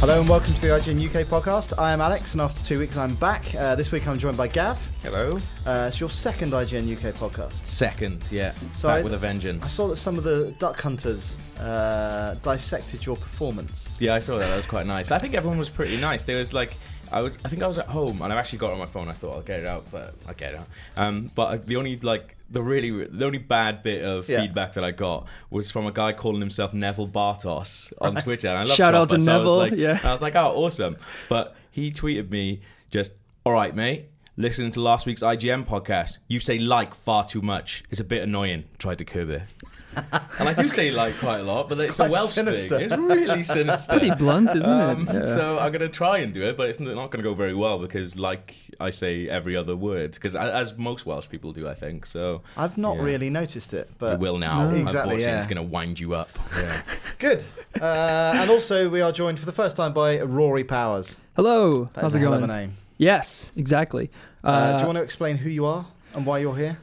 Hello and welcome to the IGN UK podcast. I am Alex, and after two weeks, I'm back. Uh, this week, I'm joined by Gav. Hello. Uh, it's your second IGN UK podcast. Second, yeah. So Back I- with a I vengeance. saw that some of the duck hunters uh, dissected your performance. Yeah, I saw that. That was quite nice. I think everyone was pretty nice. There was like, I was, I think I was at home, and I've actually got it on my phone. I thought I'll get it out, but I will get it out. Um, but uh, the only like, the really, the only bad bit of Yeah. feedback that I got was from a guy calling himself Neville Bartos on Twitter. And I love Shout out to Dropper, so I was Neville, like- yeah. I was like, oh, awesome. But he tweeted me just, all right, mate. Listening to last week's IGM podcast, you say like far too much. It's a bit annoying. Tried to curb it. And I do say like quite a lot, but it's, a quite Welsh sinister. thing. It's really sinister. Pretty blunt, isn't Um, it? Yeah. So I'm going to try and do it, but it's not going to go very well because, like, I say every other word, because as most Welsh people do, I think. So I've not Yeah. really noticed it, but it will now. No. Exactly, Unfortunately, yeah. it's going to wind you up. Yeah. Good. Uh, and also, we are joined for the first time by Rory Powers. Hello, That how's is it a hell going? of a name. Yes, exactly. Uh, Uh, do you want to explain who you are and why you're here?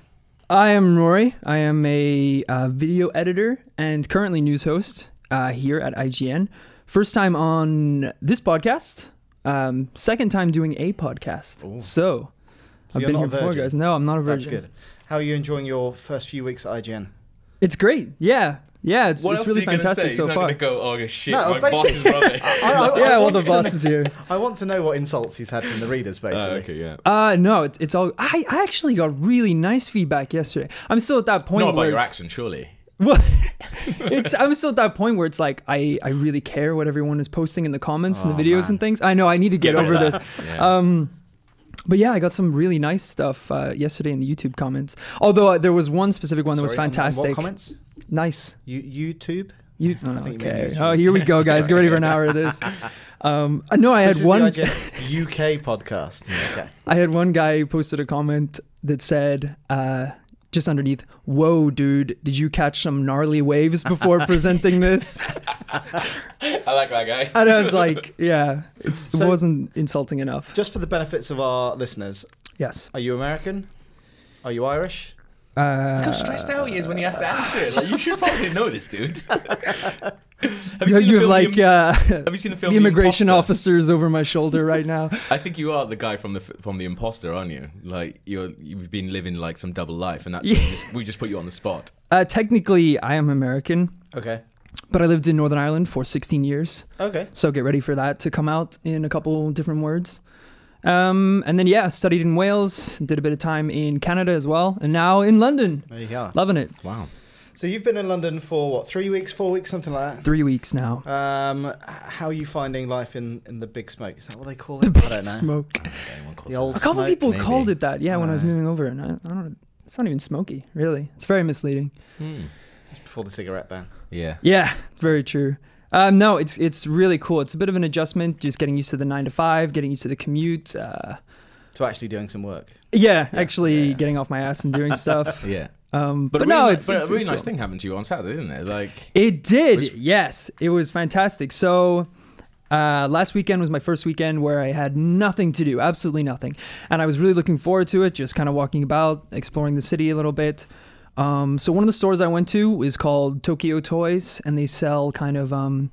I am Rory. I am a uh, video editor and currently news host uh, here at IGN. First time on this podcast. Um, second time doing a podcast. So, I've you're been not here a before, virgin. guys. No, I'm not a That's virgin. good. How are you enjoying your first few weeks at IGN? It's great. Yeah, yeah. It's, What it's else are really you going to say? fantastic He's so not far. going to go, oh shit, No, my boss is basically- rubbish. I- I- I yeah, well, the want to know- boss is here. I want to know what insults he's had from the readers, Uh, basically. okay, yeah. Uh, no, it's, it's all. I, I actually got really nice feedback yesterday. I'm still at that point Not about where your it's- accent, surely. Well, it's I'm still at that point where it's like I I really care what everyone is posting in the comments Oh, and the videos and things. I know I need to get over this. Yeah. Um, but yeah, I got some really nice stuff uh, yesterday in the YouTube comments. Although uh, there was one specific one that was Sorry, and- and fantastic. What comments? Nice. You, YouTube? You oh, I think you mean okay? YouTube. Oh, here we go, guys. Get ready for an hour of this. Um, uh, no, I had This is one. the IGN UK podcast. Okay. I had one guy who posted a comment that said, uh, just underneath, "Whoa, dude! Did you catch some gnarly waves before presenting this?" I like that guy. And I was like, yeah, it's, So- it wasn't insulting enough. Just for the benefits of our listeners, Yes. are you American? Are you Irish? Uh, How stressed out he is when he has to answer it. Like, you should probably know this, dude. have you seen the have film like The Im- uh, Have you seen the film the immigration Imposter? officers over my shoulder right now. I think you are the guy from the f- from the imposter, aren't you? Like you're you've been living like some double life, and that's we, just, we just put you on the spot. Uh, technically, I am American, Okay. but I lived in Northern Ireland for 16 years. Okay. So get ready for that to come out in a couple different words. Um, and then, yeah, studied in Wales, did a bit of time in Canada as well, and now in London. There you go. Loving it. Wow. So you've been in London for what, three weeks, four weeks, something like that? Three weeks now. Um, h- how are you finding life in, in the big smoke? Is that what they call it? I don't know. Smoke. The old A couple smoke, people maybe. called it that, yeah, when I was Right. moving over, and I, I don't. It's not even smoky, really. It's very misleading. It's before the cigarette ban. Yeah. Yeah, very true. Um, no, it's it's really cool. It's a bit of an adjustment, just getting used to the nine to five, getting used to the commute. Uh, To actually doing some work. yeah, actually yeah. getting off my ass and doing stuff. Yeah. Um, But, but, no, really, it's, but it's- a really it's nice cool. thing happened to you on Saturday, didn't it? Like It did. Which- yes, it was fantastic. So uh, last weekend was my first weekend where I had nothing to do, absolutely nothing, and I was really looking forward to it. Just kind of walking about, exploring the city a little bit. Um, so one of the stores I went to is called Tokyo Toys, and they sell kind of um,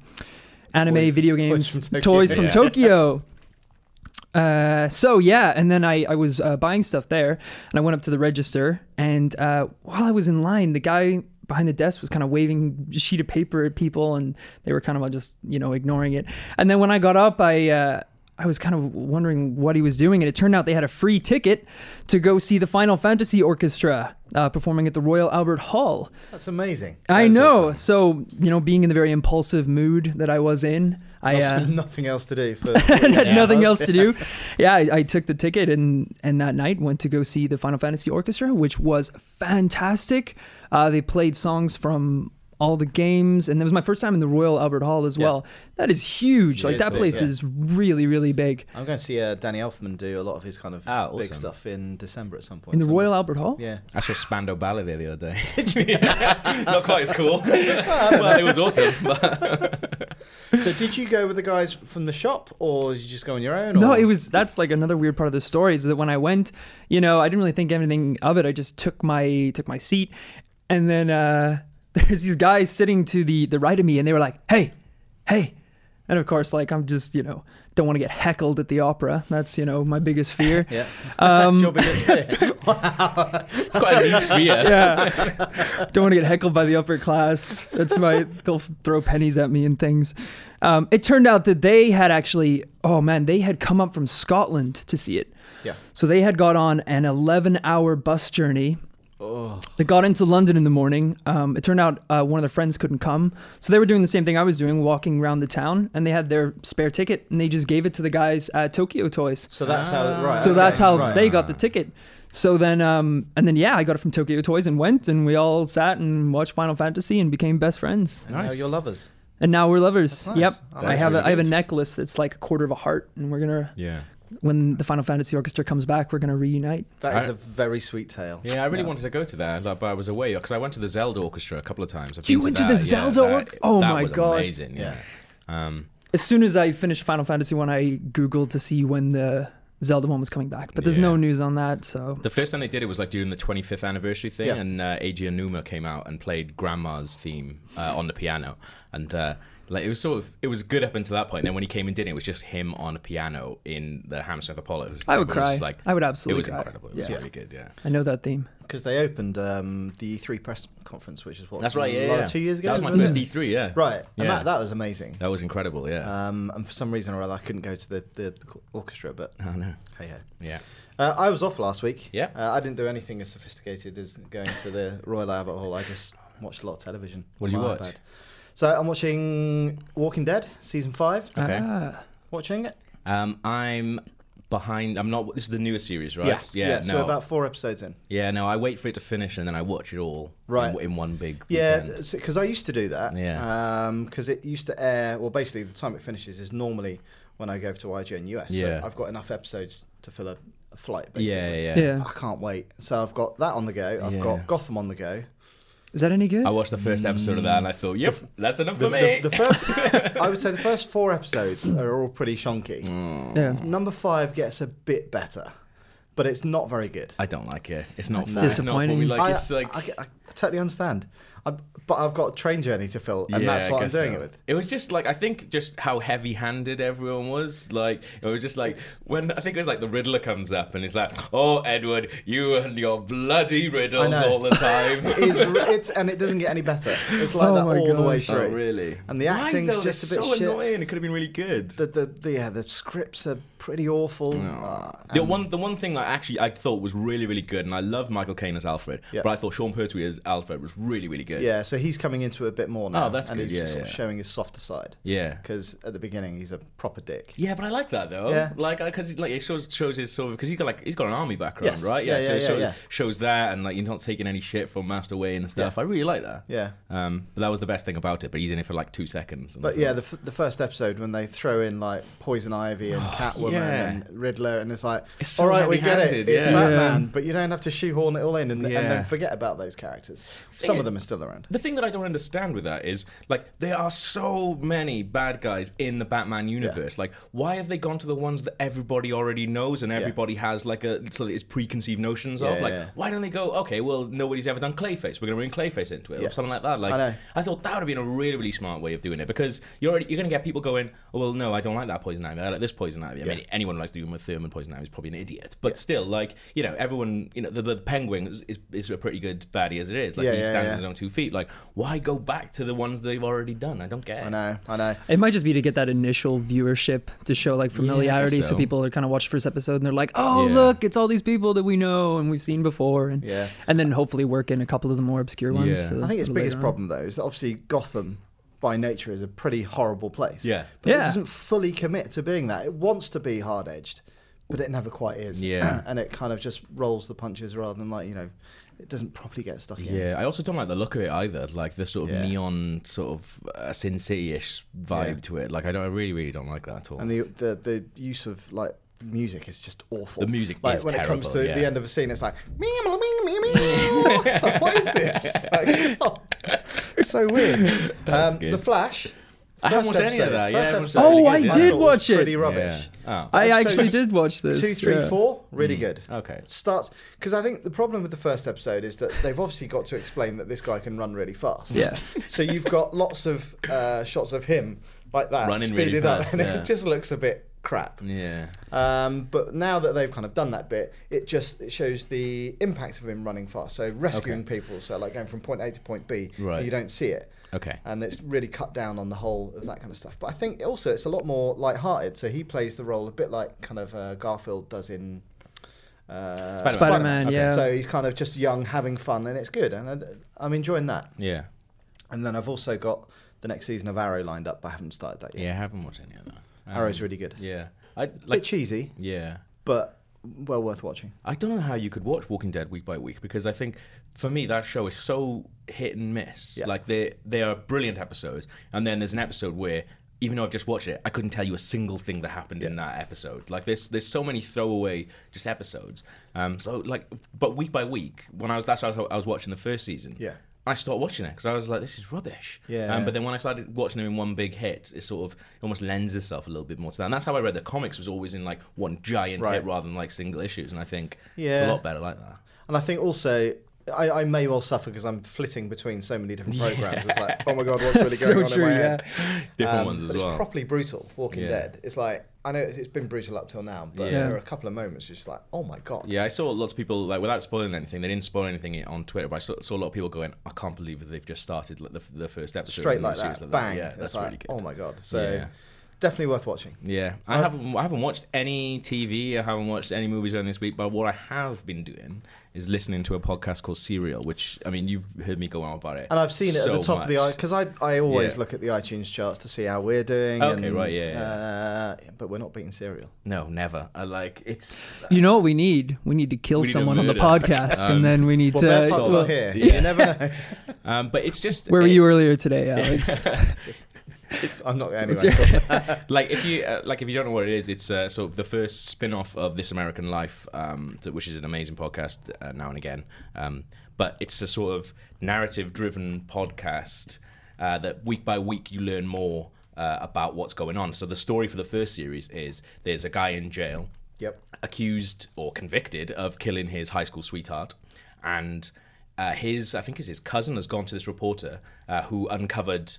anime, Toys- video toys games, from Tokyo. toys from Yeah. Tokyo. Uh, so yeah, and then I, I was uh, buying stuff there, and I went up to the register, and uh, while I was in line, the guy behind the desk was kind of waving a sheet of paper at people, and they were kind of all just you know ignoring it. And then when I got up, I uh, I was kind of wondering what he was doing, and it turned out they had a free ticket to go see the Final Fantasy Orchestra uh, performing at the Royal Albert Hall. That's amazing. I That's know, awesome. so you know, being in the very impulsive mood that I was in, I Obviously uh, nothing else to do for and had Yeah. nothing else to do. Yeah, I, I took the ticket and and that night went to go see the Final Fantasy Orchestra, which was fantastic. Uh, they played songs from all the games, and that was my first time in the Royal Albert Hall as well. That is huge. It like is that big, place yeah. is really, really big. I'm going to see uh, Danny Elfman do a lot of his kind of Ah, big awesome. stuff in December at some point. In the somewhere. Royal Albert Hall, Yeah. I saw Spandau Ballet there the other day. Not quite as cool. well, it was awesome. So did you go with the guys from the shop, or did you just go on your own? No, or- it was that's like another weird part of the story is that when I went, you know, I didn't really think anything of it. I just took my took my seat and then uh there's these guys sitting to the the right of me and they were like, "Hey, hey." And of course, like I'm just, you know, don't want to get heckled at the opera. That's, you know, my biggest fear. Yeah. Um, That's your biggest fear. It's quite a niche sphere. yeah. Don't want to get heckled by the upper class. That's my, they'll throw pennies at me and things. Um, it turned out that they had actually, oh man, they had come up from Scotland to see it. Yeah. So they had got on an 11 hour bus journey. Oh. They got into London in the morning. Um, it turned out uh, one of their friends couldn't come. So they were doing the same thing I was doing, walking around the town, and they had their spare ticket and they just gave it to the guys at Tokyo Toys So that's Ah. how. Right. so okay, that's how right. they got the ticket. So then, um, and then yeah, I got it from Tokyo Toys and went, and we all sat and watched Final Fantasy and became best friends. And now Nice. you're lovers. And now we're lovers. That's Yep. nice. Oh, I That's have a, really I have a good. necklace that's like a quarter of a heart, and we're gonna Yeah. when the Final Fantasy Orchestra comes back, we're gonna reunite. That is I- a very sweet tale. Yeah, I really wanted to go to that, like, but I was away because I went to the Zelda Orchestra a couple of times. I've You been went to that, the yeah, Zelda that- Orc- Oh that my was God. Amazing, yeah. Um, As soon as I finished Final Fantasy one, I googled to see when the Zelda one was coming back, but there's no Yeah. news on that. So the first time they did it was like during the 25th anniversary thing, Yeah. and uh, Eiji Numa came out and played Grandma's theme uh, on the piano, and uh, like it was sort of it was good up until that point. And then when he came and did it, it was just him on a piano in the Hammersmith Apollo. It was- I would it was cry. just, Like, I would absolutely It was cry. incredible. It was Yeah. really good. Yeah. I know that theme. Because they opened um, the E3 press conference, which is what. That's right. Yeah, like yeah. Two years ago. That was my wasn't first it? E3. Yeah. Right. And Yeah. that, that was amazing. That was incredible. Yeah. Um, and for some reason or other, I couldn't go to the, the orchestra, but I know. hey ho. Yeah. Uh, I was off last week. Yeah. Uh, I didn't do anything as sophisticated as going to the Royal Albert Hall. I just watched a lot of television. What on did you my watch? So I'm watching Walking Dead season five. Okay. Ah. Watching it. Um, I'm behind. I'm not. This is the newer series, right? Yeah. no. So about four episodes in. yeah. No. I wait for it to finish and then I watch it all. Right. In, in one big. Yeah, weekend. because I used to do that. Yeah. Because it used to air. Well, basically, the time it finishes is normally when I go to IGN US. Yeah. So I've got enough episodes to fill a, a flight. Basically. Yeah. Yeah. Yeah. I can't wait. So I've got that on the go. I've Yeah. got Gotham on the go. Is that any good? I watched the first episode of that and I thought, yep, that's enough The, for me. the- the first, I would say, the first four episodes are all pretty shonky. Mm. yeah. Number five gets a bit better, but it's not very good. I don't like it. It's not. That's no, it's not what we disappointing. like. I, it's like. I, I, totally understand, I, but I've got a train journey to fill, and yeah, that's I what I'm guess doing so. it with. It was just like I think just how heavy-handed everyone was. Like it was just like when I think it was like the Riddler comes up and he's like, "Oh, Edward, you and your bloody riddles know. all the time." It is, r- it's and it doesn't get any better. It's like Oh that my all the way gosh. through. really? And the acting's just a bit so shit. annoying. It could have been really good. The, the, the yeah the scripts are pretty awful. Uh, Oh. The one, the one thing that actually I thought was really, really good, and I love Michael Caine as Alfred, Yeah. but I thought Sean Pertwee as Alfred was really, really good. yeah, so he's coming into it a bit more now. Oh, that's and good. he's Yeah, sort of yeah. showing his softer side. yeah, Because at the beginning he's a proper dick. yeah. But I like that though. Yeah. Like, because like it shows shows his sort of because he's got like he's got an army background, Yes. right? Yeah, so yeah, it yeah, shows, yeah. shows that, and like you're not taking any shit from Master Wayne and stuff. I really like that. Yeah. Um, but that was the best thing about it. But he's in it for like two seconds. and I But yeah, thought, the, f- the first episode when they throw in like Poison Ivy and Catwoman Oh, yeah. and Riddler, and it's like, It's so all right, we get it. heavy-handed, It's yeah. Batman, but you don't have to shoehorn it all in and, and Yeah. then forget about those characters. Some is- of them are still around. The thing that I don't understand with that is, like, there are so many bad guys in the Batman universe. Like, why have they gone to the ones that everybody already knows and everybody has like a so that it's preconceived notions Yeah, of? Like, yeah. why don't they go? Okay, well, nobody's ever done Clayface. We're gonna bring Clayface into it Yeah. or something like that. Like, I know. thought that would have been a really, really smart way of doing it because you're already, you're gonna get people going, oh, well, no, I don't like that poison ivy. I like this poison ivy. I mean, anyone who likes to do with Thurman poison ivy is probably an idiot. But still, like, you know, everyone, you know, the, the Penguin is, is, is a pretty good baddie as it is. Like, Yeah, he yeah, stands yeah. on his own two feet. Like, why go back to the ones they've already done? I don't get it. I know, I know. It might just be to get that initial viewership to show like familiarity, so. so. people are kind of watch the first episode and they're like, "Oh, Yeah. look, it's all these people that we know and we've seen before," and Yeah. and then hopefully work in a couple of the more obscure ones. Yeah. so I think its later biggest on. problem though is that obviously Gotham by nature is a pretty horrible place. Yeah. But it Yeah. doesn't fully commit to being that. It wants to be hard edged, but it never quite is. Yeah. and it kind of just rolls the punches rather than like you know, it doesn't properly get stuck in. Yeah, I also don't like the look of it either. Like the sort of Yeah. neon, sort of uh, Sin City-ish vibe Yeah. to it. Like I don't, I really, really don't like that at all. And the, the the use of like music is just awful. The music like is when it comes to terrible, the yeah. end of a scene, it's like meow meow meow meow. It's like, what is this? Like, God. so weird. Um, good. the Flash. I haven't first watched any of that, yeah, first everyone said episode, really Oh, I good, did was watch it. Pretty Yeah. rubbish. Oh. I Episodes actually did watch this. Two, three, four, yeah. really good. Mm. Okay. Starts because I think the problem with the first episode is that they've obviously got to explain that this guy can run really fast. Yeah. so you've got lots of uh, shots of him like that, Running really speeded up, fast, and yeah. it just looks a bit crap. Yeah. Um, but now that they've kind of done that bit, it just it shows the impacts of him running fast. So rescuing Okay. people, so like going from point A to point B, Right. you don't see it. Okay. And it's really cut down on the whole of that kind of stuff. But I think also it's a lot more light-hearted. So he plays the role a bit like kind of uh, Garfield does in uh, Spider-Man. Spider-Man, yeah. So he's kind of just young, having fun, and it's good. And I, I'm enjoying that. Yeah. And then I've also got the next season of Arrow lined up, but I haven't started that yet. Yeah. I haven't watched any of that. Um, Arrow's really good. Yeah. I Bit like. cheesy, Yeah. but well worth watching. I don't know how you could watch Walking Dead week by week because I think for me that show is so hit and miss. Yeah. Like they they are brilliant episodes, and then there's an episode where even though I've just watched it, I couldn't tell you a single thing that happened in that episode. Like there's there's so many throwaway just episodes. Um, so like, but week by week, when I was that's why I was, I was watching the first season. Yeah. I stopped watching it because I was like, this is rubbish. Yeah. Um, but then when I started watching them in one big hit, it sort of it almost lends itself a little bit more to that. And that's how I read the comics was always in like one giant Right. hit rather than like single issues. And I think it's a Yeah. lot better like that. And I think also, I, I may well suffer because I'm flitting between so many different programs. It's like, oh my god, what's really going So on true, in my yeah. head? Different Um, ones but as it's well. properly brutal. Walking Yeah. Dead. It's like I know it's, it's been brutal up till now, but Yeah. there are a couple of moments just like, oh my god. yeah, I saw lots of people like without spoiling anything. They didn't spoil anything on Twitter, but I saw, saw a lot of people going, "I can't believe that they've just started like the, the first episode." Straight of the like series that, bang! Yeah, It's that's like, really good. Oh my god! So Yeah. definitely worth watching. Yeah, I haven't I haven't watched any TV. I haven't watched any movies during this week. But what I have been doing is listening to a podcast called Serial, which I mean you've heard me go on about it. And I've seen it so at the top of the much. because I, I always Yeah. look at the iTunes charts to see how we're doing. Okay, and, right, yeah, yeah. Uh, but we're not beating Serial. No, never. I like it's. You know what we need? We need to kill We need to someone on the murder. podcast, Um, and then we need Well, to. Bear Park's well, not here. yeah. You never know. Um, but it's just Where were it- you earlier today, Alex? I'm not What's anyway. your- like if you uh, like if you don't know what it is, it's uh, sort of the first spin-off of This American Life, um, th- which is an amazing podcast uh, now and again. Um, but it's a sort of narrative-driven podcast uh, that week by week you learn more uh, about what's going on. So the story for the first series is there's a guy in jail Yep. accused or convicted of killing his high school sweetheart, and uh, his I think is his cousin has gone to this reporter uh, who uncovered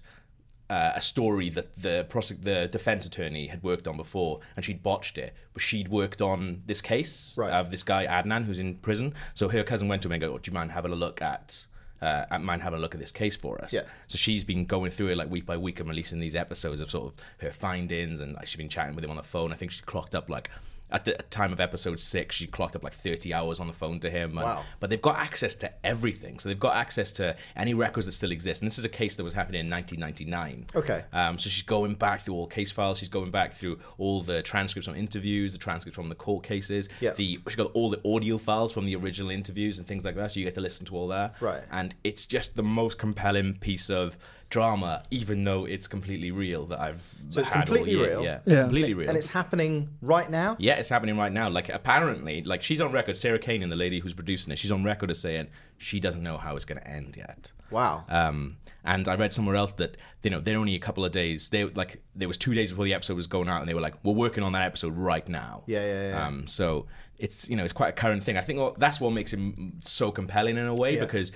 uh, a story that the prosec- the defense attorney had worked on before, and she'd botched it, but she'd worked on this case Right. of this guy Adnan who's in prison. So her cousin went to him and go, "Oh, "Do you mind having a look at?" Uh, at mind having a look at this case for us. Yeah. So she's been going through it like week by week and releasing these episodes of sort of her findings, and like she's been chatting with him on the phone. I think she clocked up like at the time of episode six, she clocked up like thirty hours on the phone to him. and- Wow. But they've got access to everything, so they've got access to any records that still exist. And this is a case that was happening in 1999. Okay. Um, so she's going back through all case files. She's going back through all the transcripts from interviews, the transcripts from the court cases. Yeah. The she's got all the audio files from the original interviews and things like that. So you get to listen to all that. Right. And it's just the most compelling piece of drama, even though it's completely real that I've So it's had all completely year. real? Yeah. Yeah. Completely real. And it's happening right now. Yeah, it's happening right now. Like apparently, like she's on record. Sarah Kane and the lady who's producing it, she's on record as saying she doesn't know how it's going to end yet. Wow. Uh, Um, and I read somewhere else that you know they're only a couple of days. They like there was two days before the episode was going out, and they were like, "We're working on that episode right now." Yeah, yeah, yeah. Um, so it's you know it's quite a current thing. I think what- that's what makes him so compelling in a way Yeah. because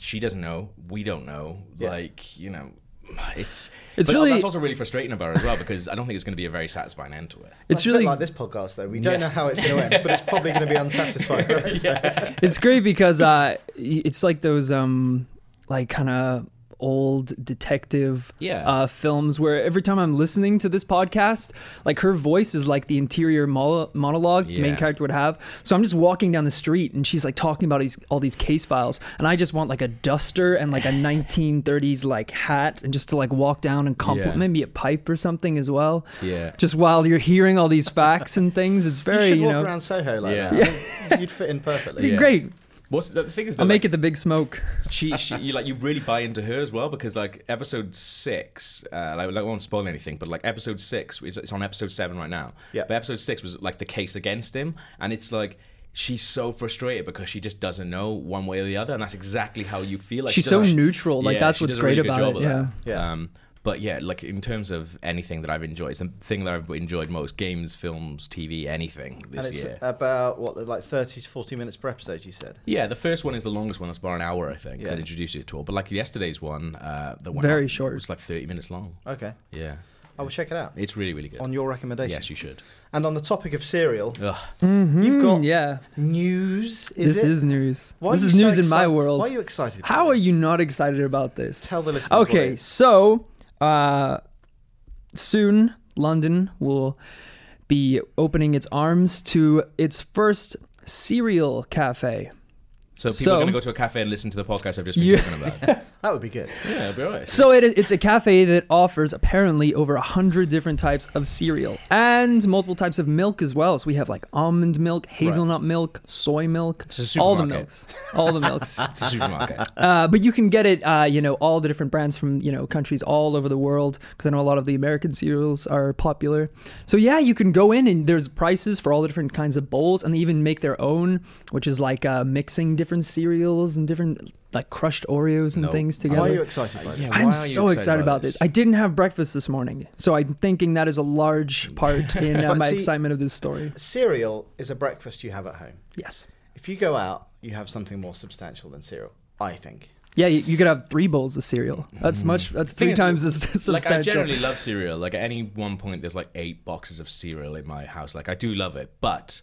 she doesn't know, we don't know. Yeah. Like you know, it's It's but really- that's also really frustrating about it as well because I don't think it's going to be a very satisfying end to it. it's Well, a bit really like this podcast though. We don't know how it's going to end, but it's probably going to be unsatisfying. right? So- it's great because uh, y- it's like those um, like kind of old detective Yeah. uh, films where every time I'm listening to this podcast, like her voice is like the interior mo- monologue the main Yeah. character would have. So I'm just walking down the street and she's like talking about these all these case files, and I just want like a duster and like a 1930s like hat and just to like walk down and compliment Yeah. maybe a pipe or something as well. Yeah. Just while you're hearing all these facts and things, it's very you you, should walk know around Soho like Yeah. that. You'd fit in perfectly. be Yeah. great. What's the thing is, that, I'll like, make it the big smoke. she, she you like you really buy into her as well because like episode six uh like, like, I won't spoil anything but like episode six it's, it's on episode seven right now Yeah. but episode six was like the case against him and it's like she's so frustrated because she just doesn't know one way or the other and that's exactly how you feel like She's she does- so she- neutral, like, that's she what's does a great really good about job at it, that. yeah. Yeah. um but yeah, like in terms of anything that I've enjoyed, it's the thing that I've enjoyed most: games, films, TV, anything And this it's year. about what, like thirty to forty minutes per episode. You said. yeah, the first one is the longest one. That's about an hour, I think. Yeah. That introduced you to it. But like yesterday's one, uh, the one Very out short. was like thirty minutes long. Okay, Yeah, I will check it out it's really really good. on your recommendation. yes, you should. And on the topic of cereal, Ugh. Mm. you've got Mm-hmm. yeah. news. Is this it? is news. Why this are is you so news in my excited- world. Why are you excited? by How are this? you not excited about this? Tell the listeners. what it Okay, is. so uh, soon London will be opening its arms to its first cereal cafe. So people So- are going to go to a cafe and listen to the podcast I've just been You- talking about. That would be good. yeah, it'll be alright. So it, it's a cafe that offers apparently over a hundred different types of cereal and multiple types of milk as well. So we have like almond milk, hazelnut milk, soy milk, It's a all the supermarket. milks, all the milks. it's a supermarket. Uh, but you can get it, uh, you know, all the different brands from you know countries all over the world because I know a lot of the American cereals are popular. So yeah, you can go in and there's prices for all the different kinds of bowls, and they even make their own, which is like uh, mixing different cereals and different like crushed Oreos and No. things Why are you together. excited by Yeah, this? why I'm are you so excited about this. I didn't have breakfast this morning, so I'm thinking that is a large part in uh, But my see- excitement of this story. Cereal is a breakfast you have at home. Yes. If you go out, you have something more substantial than cereal. I think. Yeah, you, you could have three bowls of cereal. That's much. That's Mm-hmm. Thing three is, uh, times as substantial. Like I generally love cereal. Like at any one point, there's like eight boxes of cereal in my house. Like I do love it, but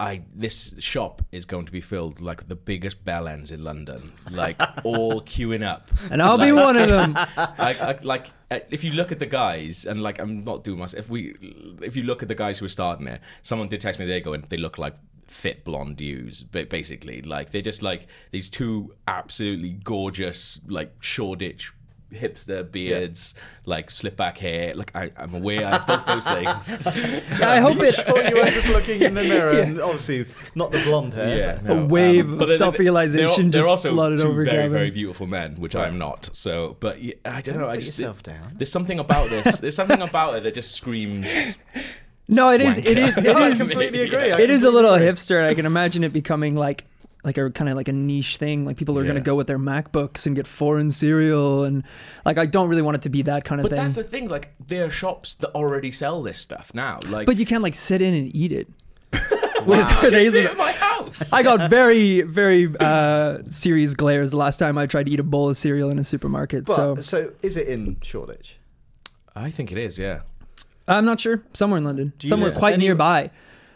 I this shop is going to be filled like the biggest bell ends in London, like all queuing up. and I'll be Like- one of them. I, I, like uh, if you look at the guys and like I'm not doing myself. If we if you look at the guys who are starting it, someone did text me they go and they look like fit blonde dudes ba- basically like they're just like these two absolutely gorgeous like Shoreditch hipster beards like slip back hair like I, I'm aware I have both those things Yeah, Oh, I hope it. Or you were just looking in the mirror and obviously not the blonde hair. yeah um, A wave but of they're- self-realization they're, just they're also flooded two over very Gavin. very beautiful men which I'm not so but yeah, I don't know I put just yourself down. there's something about this there's something about it that just screams No, it is. It is. It I is. completely agree. I It is a completely little agree. hipster. I can imagine it becoming like, like a kind of like a niche thing. Like people are going to Yeah. go with their MacBooks and get foreign cereal, and like I don't really want it to be that kind of But thing. that's the thing, like there are shops that already sell this stuff now. Like but you can like sit in and eat it. I With with can see it hazelnut. at my house. I got very, very uh, serious glares the last time I tried to eat a bowl of cereal in a supermarket. But so so, is it in Shoreditch? I think it is, yeah. I'm not sure. Somewhere in London. you Somewhere live quite anywhere? nearby.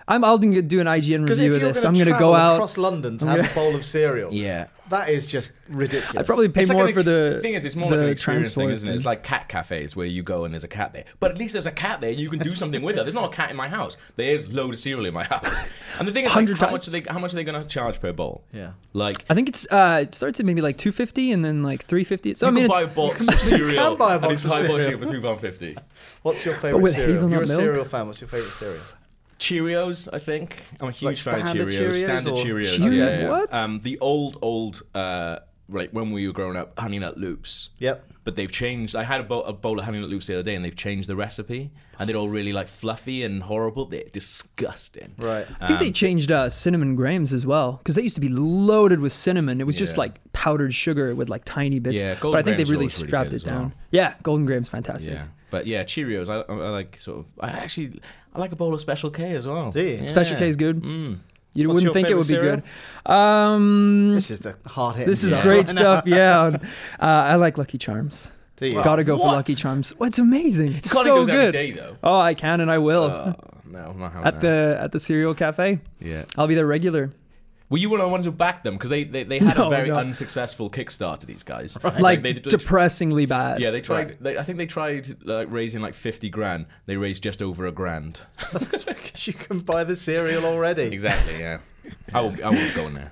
I'm, I'll do an IGN Because review if of you're this. gonna I'm going to travel go out. across London to have a bowl of cereal. Yeah. That is just ridiculous. I probably pay It's like more an for ex- the, thing is, it's more the like an experience thing, transport isn't it? It's like cat cafes where you go and there's a cat there. But at least there's a cat there and you can do something with her. There's not a cat in my house. There's load of cereal in my house. And the thing is, like, 100 how much are times. they? How much are they going to charge per bowl? Yeah. Like I think it's uh, it starts at maybe like two fifty and then like three fifty. So I you mean, can buy it's, a box of cereal. can buy a and box it's of high cereal. bullshit for two pound fifty. What's your favourite with cereal? hazelnut You're a milk? cereal fan. What's your favourite cereal? Cheerios, I think. I'm a huge Like fan of standard Cheerios. Cheerios standard or- Cheerios. Cheerio- yeah, yeah. what? Um, the old, old, uh, like when we were growing up, Honey Nut Loops. Yep. But they've changed. I had a bowl, a bowl of Honey Nut Loops the other day, and they've changed the recipe, and they're all really like fluffy and horrible. They're disgusting. Right. I think they um, changed uh, cinnamon grams as well because they used to be loaded with cinnamon. It was just Yeah. like powdered sugar with like tiny bits. Yeah, but I Golden think Grahams they've really is always really strapped good it as well. down. Yeah, golden grams fantastic. Yeah. But yeah, Cheerios. I, I like sort of. I actually I like a bowl of Special K as well. Do you? Yeah. Special K is good. Mm. You What's wouldn't your think it would be favourite good. Um, This is the hard hit. this is Yeah. great stuff. Yeah, uh, I like Lucky Charms. Do you? Gotta go for What? Lucky Charms. Well, it's amazing. It's Colin so goes every good. day, though. Oh, I can and I will. Oh, Uh, no, I'm not having that. at the at the cereal cafe. yeah. I'll be the regular. Were you one of the ones who backed them? Because they, they, they had No, a very no. unsuccessful Kickstarter. These guys, like they- they- depressingly bad. yeah, they tried. They, I think they tried like raising like fifty grand. They raised just over a grand. That's because you can buy the cereal already. Exactly. Yeah. I will. I won't go in there.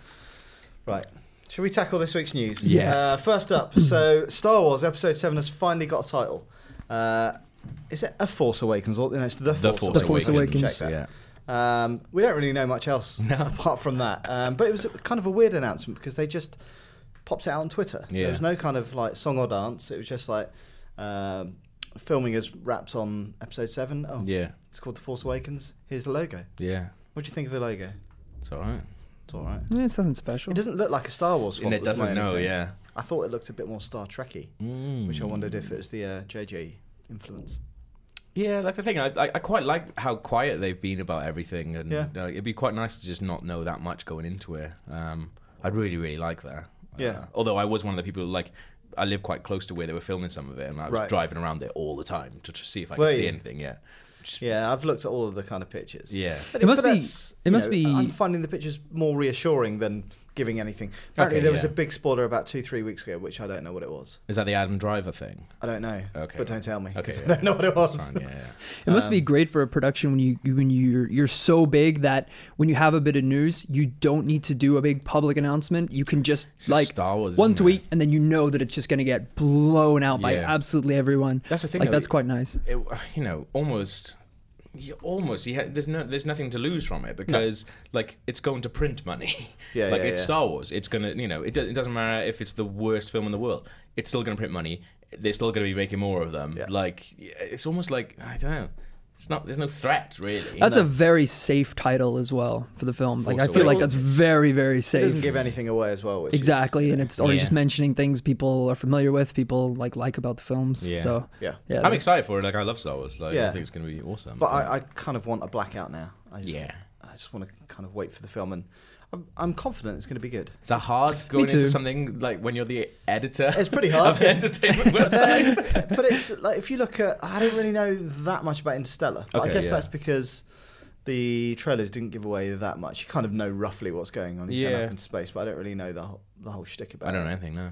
Right. Shall we tackle this week's news? Yes. Uh, first up, so Star Wars Episode 7 has finally got a title. Uh, is it A Force Awakens? Or, no, it's The, The Force, Awakens. Force Awakens. Check that. Um, we don't really know much else apart from that. Um, but it was kind of a weird announcement because they just popped it out on Twitter. Yeah. There was no kind of like song or dance. It was just like um, filming as wrapped on episode seven. Oh, Yeah. It's called The Force Awakens. Here's the logo. Yeah. What do you think of the logo? It's all right. It's all right. Yeah, it's nothing special. It doesn't look like a Star Wars font. And it was my doesn't only know. thing. Yeah. I thought it looked a bit more Star Trekky, Mm. which I wondered if it was the uh, JJ influence. Yeah, that's the thing. I, I, I quite like how quiet they've been about everything, and Yeah. uh, it'd be quite nice to just not know that much going into it. Um, I'd really, really like that. Yeah. Uh, although I was one of the people who like. I live quite close to where they were filming some of it, and I was Right. driving around there all the time to, to see if I Were could see you? anything. Yeah, Just- Yeah, I've looked at all of the kind of pictures. yeah. But It must but be- that's, it you must know, be- I'm finding the pictures more reassuring than giving anything. Apparently, Okay, there was yeah. a big spoiler about two, three weeks ago, which I don't know what it was. Is that the Adam Driver thing? I don't know. Okay. But don't tell me. Okay, 'cause I yeah. don't know what it was. Fine, yeah, yeah. It must be great for a production when you when you're you're so big that when you have a bit of news, you don't need to do a big public announcement. You can just just like Star Wars, one isn't it? tweet, and then you know that it's just going to get blown out by Yeah. absolutely everyone. That's the thing, Like though. that's quite nice. it, you know, almost, you almost. You ha- there's no, there's nothing to lose from it because, like, it's going to print money. Yeah, like yeah, it's yeah. Star Wars. It's gonna, you know, it, do- it doesn't matter if it's the worst film in the world. It's still gonna print money. They're still gonna be making more of them. Yeah. Like, it's almost like I don't know. It's not. There's no threat really. That's a very safe title as well for the film. Like Force I feel like Awakens. that's very very It doesn't safe. give anything away as well. Which is- Exactly, and it's already Yeah. just mentioning things people are familiar with, people like like about the films. Yeah. So yeah. yeah, I'm excited for it. Like, I love Star Wars. Like, I Yeah. think it's gonna be awesome. But I, I kind of want a blackout now. I just, yeah. I just want to kind of wait for the film, and I'm, I'm confident it's going to be good. Is that hard going too. into something like when you're the editor? It's pretty hard. of an entertainment website. but it's like if you look at, I don't really know that much about Interstellar. But Okay, I guess yeah. that's because the trailers didn't give away that much. You kind of know roughly what's going on. You Yeah. yeah. up in space, but I don't really know the whole, the whole shtick about. I don't it. know anything. No.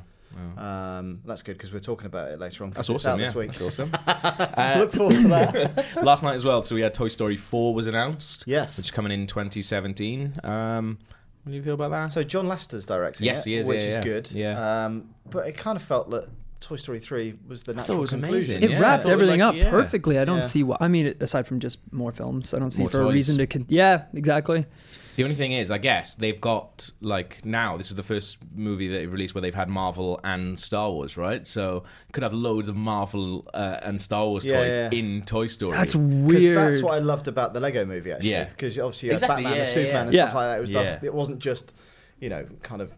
No. Um, that's good because we're talking about it later on. 'cause That's it's awesome. Uh, out Yeah. this week. That's awesome. look forward to that. last night as well. So we had Toy Story 4 was announced. Yes. Which is coming in 2017. Um, what do you feel about that? so John Lester's directing. Yes, it, he is, which yeah, is yeah. good. Yeah. Um, but it kind of felt that Toy Story three was the natural it was conclusion. amazing, It Yeah. wrapped Thought, everything like, up yeah. perfectly. I don't Yeah. see what I mean aside from just more films. I don't see More for a toys. reason to. Con- yeah, exactly. the only thing is, I guess they've got like now. This is the first movie that they've released where they've had Marvel and Star Wars, right? So you could have loads of Marvel uh, and Star Wars Yeah, toys yeah. in Toy Story. That's Because weird. that's what I loved about the Lego movie, actually. Yeah. Because obviously, you had Exactly, Batman yeah, and Superman yeah. and Yeah. stuff like that. It was Yeah. done, It wasn't just, you know, kind of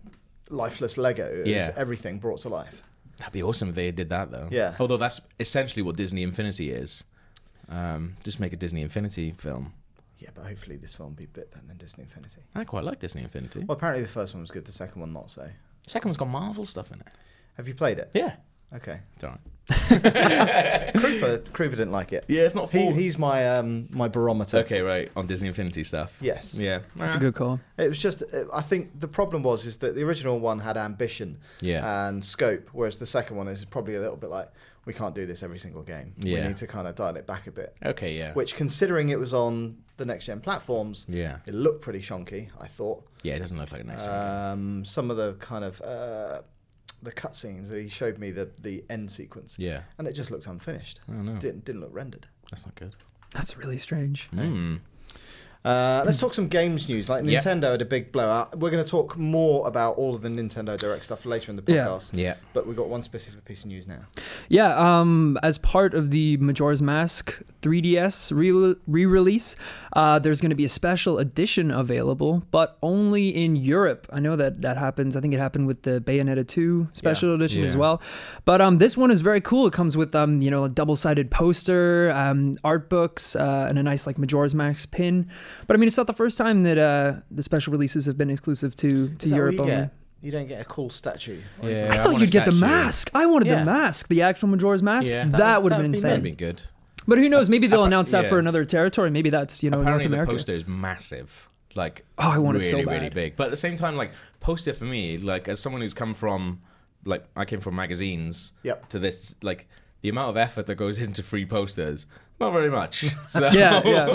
lifeless Lego. It Yeah. was everything brought to life. That'd be awesome if they did that though. Yeah. Although that's essentially what Disney Infinity is. Um, just make a Disney Infinity film. Yeah, but hopefully this film will be a bit better than Disney Infinity. I quite like Disney Infinity. Well, apparently the first one was good, the second one not so. Second one's got Marvel stuff in it. Have you played it? Yeah. Okay. It's all right. Krupa, Krupa didn't like it. Yeah, it's not. He, full. he's my um, my barometer. Okay, right on Disney Infinity stuff. Yes. Yeah, Ah. That's a good call. It was just, uh, I think the problem was is that the original one had ambition Yeah. and scope, whereas the second one is probably a little bit like, we can't do this every single game. Yeah. We need to kind of dial it back a bit. Okay, yeah. Which, considering it was on the next gen platforms, Yeah. it looked pretty shonky. I thought Yeah, it doesn't look like next. gen. um, some of the kind of uh, the cutscenes he showed me the the end sequence, yeah. and it just looked unfinished. Oh no, Didn't didn't look rendered. that's not good. That's really strange. Mm. Uh, let's talk some games news. Like Yeah. Nintendo had a big blowout. We're going to talk more about all of the Nintendo Direct stuff later in the Yeah. podcast. Yeah. But we've got one specific piece of news now. Yeah, um, as part of the Majora's Mask 3DS re- re-release, uh, there's going to be a special edition available, but only in Europe. I know that that happens. I think it happened with the Bayonetta 2 special edition as Yeah. well. But um, this one is very cool. It comes with um, you know, a double-sided poster, um, art books, uh, and a nice like Majora's Mask pin. But I mean, it's not the first time that uh, the special releases have been exclusive to to Is that Europe what you only. get? You don't get a cool statue. or Yeah. anything? I thought want a you'd get the statue. mask. I wanted the Yeah. mask, the actual Majora's Mask. Yeah. That, That- would have that'd been be insane. nice. That'd been good. But who knows? Maybe they'll Appa- announce that for yeah. another territory. Maybe that's you know Apparently, North the America. poster is massive. like Oh, I want it really, so really bad. big. But at the same time, like poster for me, like as someone who's come from, like I came from magazines. Yep. To this, like the amount of effort that goes into free posters, not very much. So, Yeah, yeah.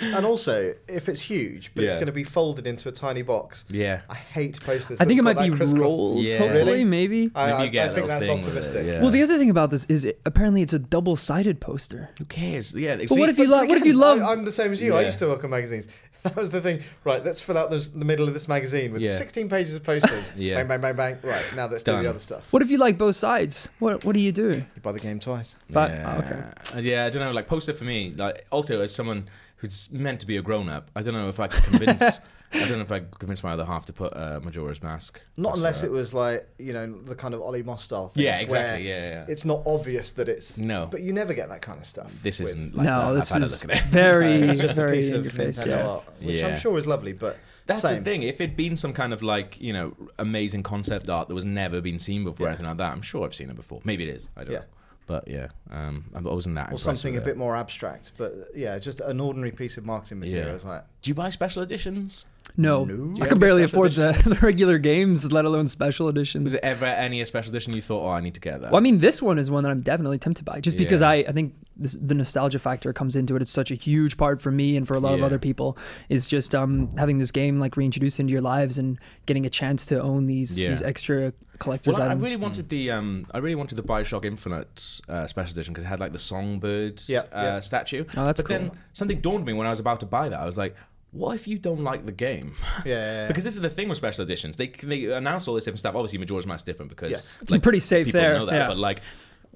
No. and also, if it's huge, but it's Yeah. going to be folded into a tiny box. Yeah. I hate posters. I think it that might got be that crisscross- rolled. Yeah. Hopefully, Really? maybe. I, Maybe I, you get a I think little that's thing with it, optimistic. yeah. Well, the other thing about this is it, apparently it's a double-sided poster. Who cares? Yeah. But what if you love? What if you Again, love? I, am the same as you. I Yeah. used to work on magazines. That was the thing. Right, let's fill out this, the middle of this magazine with Yeah. 16 pages of posters. Yeah. Bang, bang, bang, bang. Right, now let's do Done. the other stuff. What if you like both sides? What What do you do? You buy the game twice. But yeah. oh, okay. Uh, Yeah, I don't know. Like poster for me. Like also as someone who's meant to be a grown up, I don't know if I could convince. I don't know if I could convince my other half to put uh, Majora's Mask. Not as unless a- it was like, you know, the kind of Ollie Moss style thing. uh, Yeah, exactly. Yeah, yeah. It's not obvious that it's. No. But you never get that kind of stuff. this with- uh, isn't like no, that. this I've had is a look at it. very, It's just a very piece in of your face. Nintendo Yeah. art, which Yeah. I'm sure is lovely, but. That's same. the thing. If it'd been some kind of like you know amazing concept art that was never been seen before, or anything like that, I'm sure I've seen it before. Maybe it is. I don't Yeah. know. But yeah, um, I wasn't that. Or impressed something a with it. bit more abstract, but yeah, just an ordinary piece of marketing material. Yeah. It's like, Do you buy special editions? No, No. Do you I have could any barely special afford the, the regular games, let alone special editions. Was it ever any special edition you thought, oh, I need to get that? Well, I mean, this one is one that I'm definitely tempted by, just because Yeah. I, I think this, the nostalgia factor comes into it. It's such a huge part for me and for a lot of Yeah. other people. Is just um, having this game like reintroduced into your lives and getting a chance to own these Yeah. these extra collectors Well, I, I items. really Hmm. wanted the um, I really wanted the Bioshock Infinite uh, special edition because it had like the songbirds Yeah, uh, yeah. statue. Oh, that's but then cool. something dawned on me when I was about to buy that. I was like, what if you don't like the game? Yeah, yeah, yeah. because this is the thing with special editions. They they announce all this different stuff. Obviously, Majora's Mask's different because Yes. You're pretty safe people there, Know that, yeah. But like.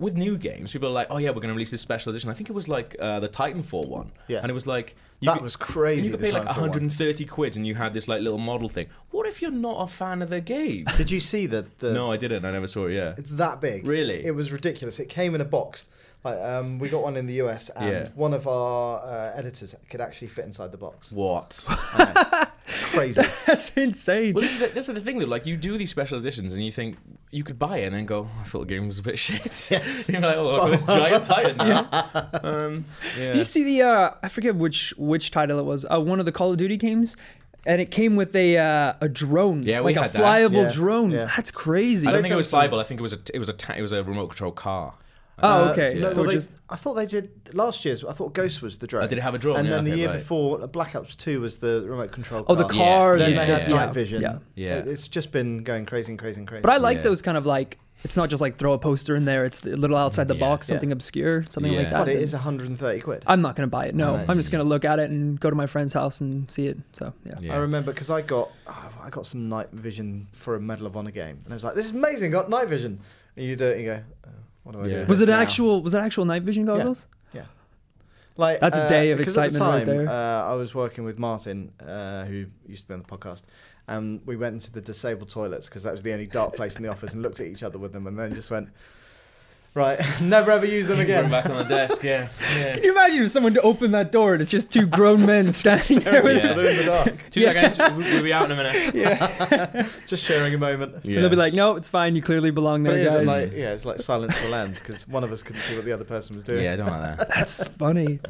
With new games, people are like, "Oh yeah, we're going to release this special edition." I think it was like uh, the Titanfall one, Yeah. and it was like That was crazy, You could the pay like Titanfall one. 130 quid, and you had this like little model thing. What if you're not a fan of the game? did you see the, the no, I didn't. I never saw it. Yeah, It's that big. Really? It was ridiculous. It came in a box. Like, um, we got one in the US, and Yeah. one of our uh, editors could actually fit inside the box. What? It's crazy. That's insane. well, this is, the, this is the thing though. Like, you do these special editions, and you think you could buy it, and then go, "Oh, "I thought the game was a bit shit." Yes. You're like, "Oh, I've got this giant titan now." Um, yeah. Did you see the uh, I forget which which title it was. Uh, one of the Call of Duty games, and it came with a uh, a drone, Yeah, we like a had that. flyable Yeah, drone. yeah. That's crazy. I don't think it was done some- Bible. I think it was a it was a ta- it was a remote control car. oh, okay. Uh, yeah. No, So well, they- just I thought they did last year's. I thought Ghost was the drone. Oh, did it have a drone? And Yeah, then the okay, year right. before, uh, Black Ops Two was the remote control. oh, the car. car. uh, Yeah, Then the- they had yeah, night vision. yeah. Yeah. It- it's just been going crazy and crazy and crazy. But I like Yeah. those kind of like it's not just like throw a poster in there. It's a little outside the Yeah. box, Yeah. something obscure, something like Yeah. that. But it is 130 quid. I'm not gonna buy it. No, I'm Nice. just gonna look at it and go to my friend's house and see it. So yeah. Yeah. I remember because I got oh, I got some night vision for a Medal of Honor game, and I was like, "This is amazing! Got night vision." And you do it, and you go, oh, "What do I do?" Yeah. with Was this it now?" actual? Was it actual night vision goggles? Yeah. Like That's a day of 'cause at the excitement right time, there. Uh, I was working with Martin, uh, who used to be on the podcast, and we went into the disabled toilets because that was the only dark place in the office, and looked at each other with them, and then just went, "Right, never ever use them Put 'em again." back on the desk. Yeah. yeah. Can you imagine if someone to open that door and it's just two grown men standing there with Each other in the dark, Two seconds. we- We'll be out in a minute. just sharing a moment. And they'll be like, "No, it's fine. You clearly belong But there, it is guys." like, yeah, it's like silence for lambs because one of us couldn't see what the other person was doing. yeah, I don't like that. That's funny.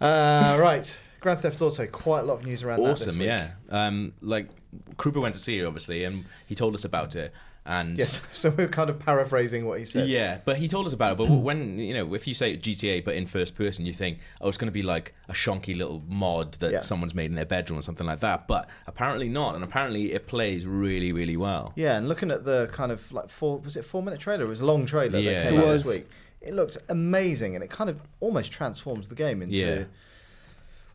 Uh, right, Grand Theft Auto. Quite a lot of news around that. this awesome week. yeah um like krupa went to see you obviously and he told us about it and Yes. So we're kind of paraphrasing what he said. yeah but he told us about it but Mm-hmm. when you know if you say gta but in first person you think oh it's going to be like a shonky little mod that Yeah. someone's made in their bedroom or something like that but apparently not and apparently it plays really really well Yeah, and looking at the kind of like four was it four minute trailer? It was a long trailer Yeah, that came it out this was. week. It looks amazing, and it kind of almost transforms the game into Yeah.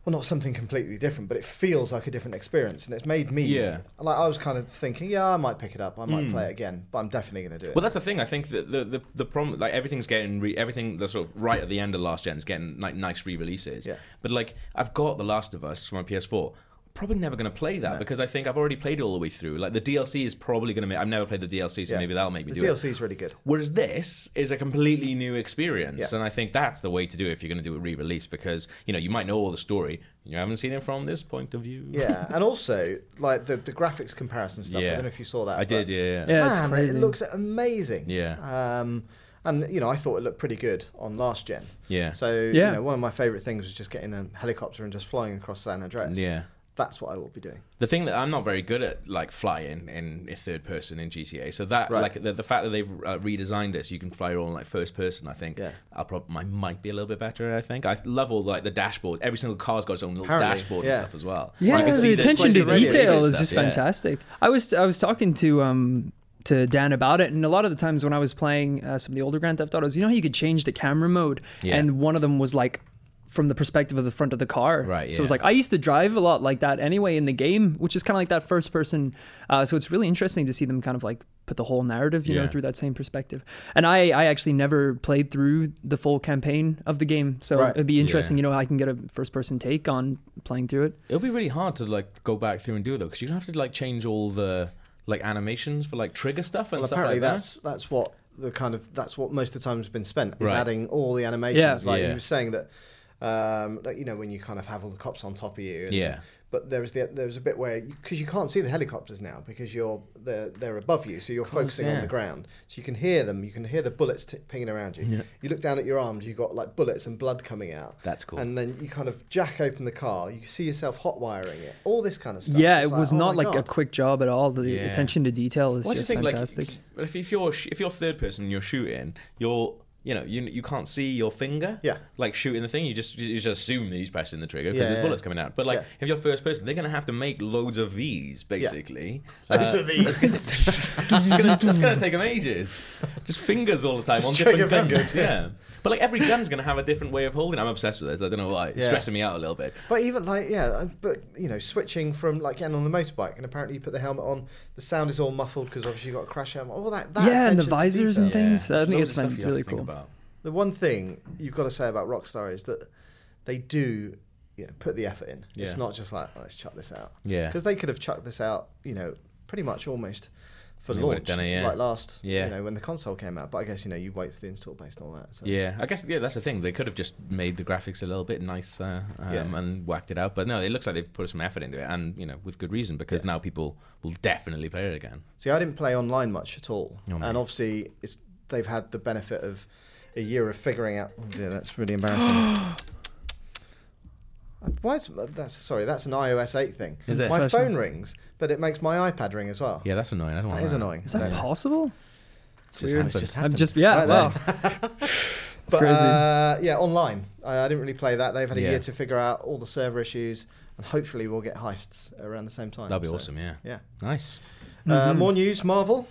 well, not something completely different, but it feels like a different experience, and it's made me Yeah. Hmm. Like I was kind of thinking, yeah, I might pick it up, I might play it again, but I'm definitely going to do it. Well, that's the thing. I think that the, the the problem, like everything's getting re- everything that's sort of right at the end of last gen is getting like nice re-releases. Yeah. But like, I've got The Last of Us for my PS4. Probably never going to play that because I think I've already played it all the way through. Like the DLC is probably going to make. I've never played the DLC, so Yeah. maybe that'll make me the do DLC it. is really good. Whereas this is a completely new experience, Yeah. and I think that's the way to do it if you're going to do a re-release because you know you might know all the story, you haven't seen it from this point of view. Yeah, and also like the, the graphics comparison stuff. I Yeah. don't know if you saw that. I did. but- Yeah. Yeah. Yeah, it's Man, crazy. it looks amazing. Yeah. Um, and you know, I thought it looked pretty good on last gen. Yeah. So Yeah. you know, one of my favourite things was just getting a helicopter and just flying across San Andreas. Yeah. That's what I will be doing. The thing that I'm not very good at, like flying in third person in GTA, so that Right. like the, the fact that they've uh, redesigned it, so you can fly all in like first person. I think Yeah. I'll probably I might be a little bit better. I think I love all like the dashboards. Every single car's got its own little Apparently, dashboard yeah. and stuff as well. Yeah, I can the see attention to displays the radio detail and is stuff, just yeah. fantastic. I was I was talking to um to Dan about it, and a lot of the times when I was playing uh, some of the older Grand Theft Autos, you know how you could change the camera mode, Yeah. and one of them was like from the perspective of the front of the car. Right, So it was yeah. like I used to drive a lot like that anyway in the game, which is kind of like that first person. Uh, so it's really interesting to see them kind of like put the whole narrative, you know, Yeah. through that same perspective. And I I actually never played through the full campaign of the game, so Right. it'd be interesting, Yeah. you know, how I can get a first person take on playing through it. It'll be really hard to like go back through and do it though, because you're gonna have to like change all the like animations for like trigger stuff and Well, stuff apparently like that's that's what the kind of that's what most of the time has been spent is Right. adding all the animations. Yeah. Like Yeah. you were saying that, um, like you know when you kind of have all the cops on top of you. that. and- Yeah, But there was the there was a bit where because you, can't see the helicopters now because you're they're they're above you, so you're focusing on yeah. the ground, so you can hear them. You can hear the bullets t- pinging around you. You look down at your arms, you've got like bullets and blood coming out. That's cool. And then you kind of jack open the car. You can see yourself hot wiring it. All this kind of stuff. Yeah, It's it was oh not my like a God. quick job at all. The Yeah. attention to detail is Well, I just just think fantastic. like y- if, if you're sh- if you're third person and you're shooting, you're you know you you can't see your finger. Yeah. Like shooting the thing, you just you just assume that he's pressing the trigger because Yeah, there's yeah, bullets yeah. coming out. But like Yeah. if you're first person, they're gonna have to make loads of these basically. Loads Uh, of these. That's gonna, that's gonna, that's gonna take them ages. Just fingers all the time Just on different trigger guns. fingers, yeah. But like every gun's gonna have a different way of holding. I'm obsessed with this. I don't know why. It's Yeah. stressing me out a little bit. But even like yeah, uh, but you know, switching from like getting on the motorbike and apparently you put the helmet on, the sound is all muffled because obviously you have got a crash helmet. All that, that yeah, and the attention to visors and detail. things. I There's think loads it's of stuff been you have really to think cool. about. The one thing you've got to say about Rockstar is that they do you know, put the effort in. Yeah. It's not just like "Oh, let's chuck this out Yeah. because they could have chucked this out, you know, pretty much almost for They would've launch, done it, yeah. like last, Yeah. you know, when the console came out. But I guess you know you wait for the install base and all that. So. Yeah, I guess yeah, that's the thing. They could have just made the graphics a little bit nicer um, Yeah. and whacked it out, but no, it looks like they've put some effort into it, and you know, with good reason because now people will definitely play it again. See, I didn't play online much at all, No, mate. and obviously it's they've had the benefit of a year of figuring out. Oh dear, that's really embarrassing. Uh, Why is uh, that's sorry? That's an iOS 8 thing. Is it? My Professional. phone rings, but it makes my iPad ring as well. Yeah, that's annoying. I don't want that is annoying. Is that Yeah. possible? It's weird. It's just I'm happened. just yeah. Right wow. It's But, crazy. Uh, yeah, online. I, I didn't really play that. They've had a Yeah. year to figure out all the server issues, and hopefully we'll get heists around the same time. That'd be so, awesome. Yeah. Yeah. Nice. Mm-hmm. Uh, more news. Marvel.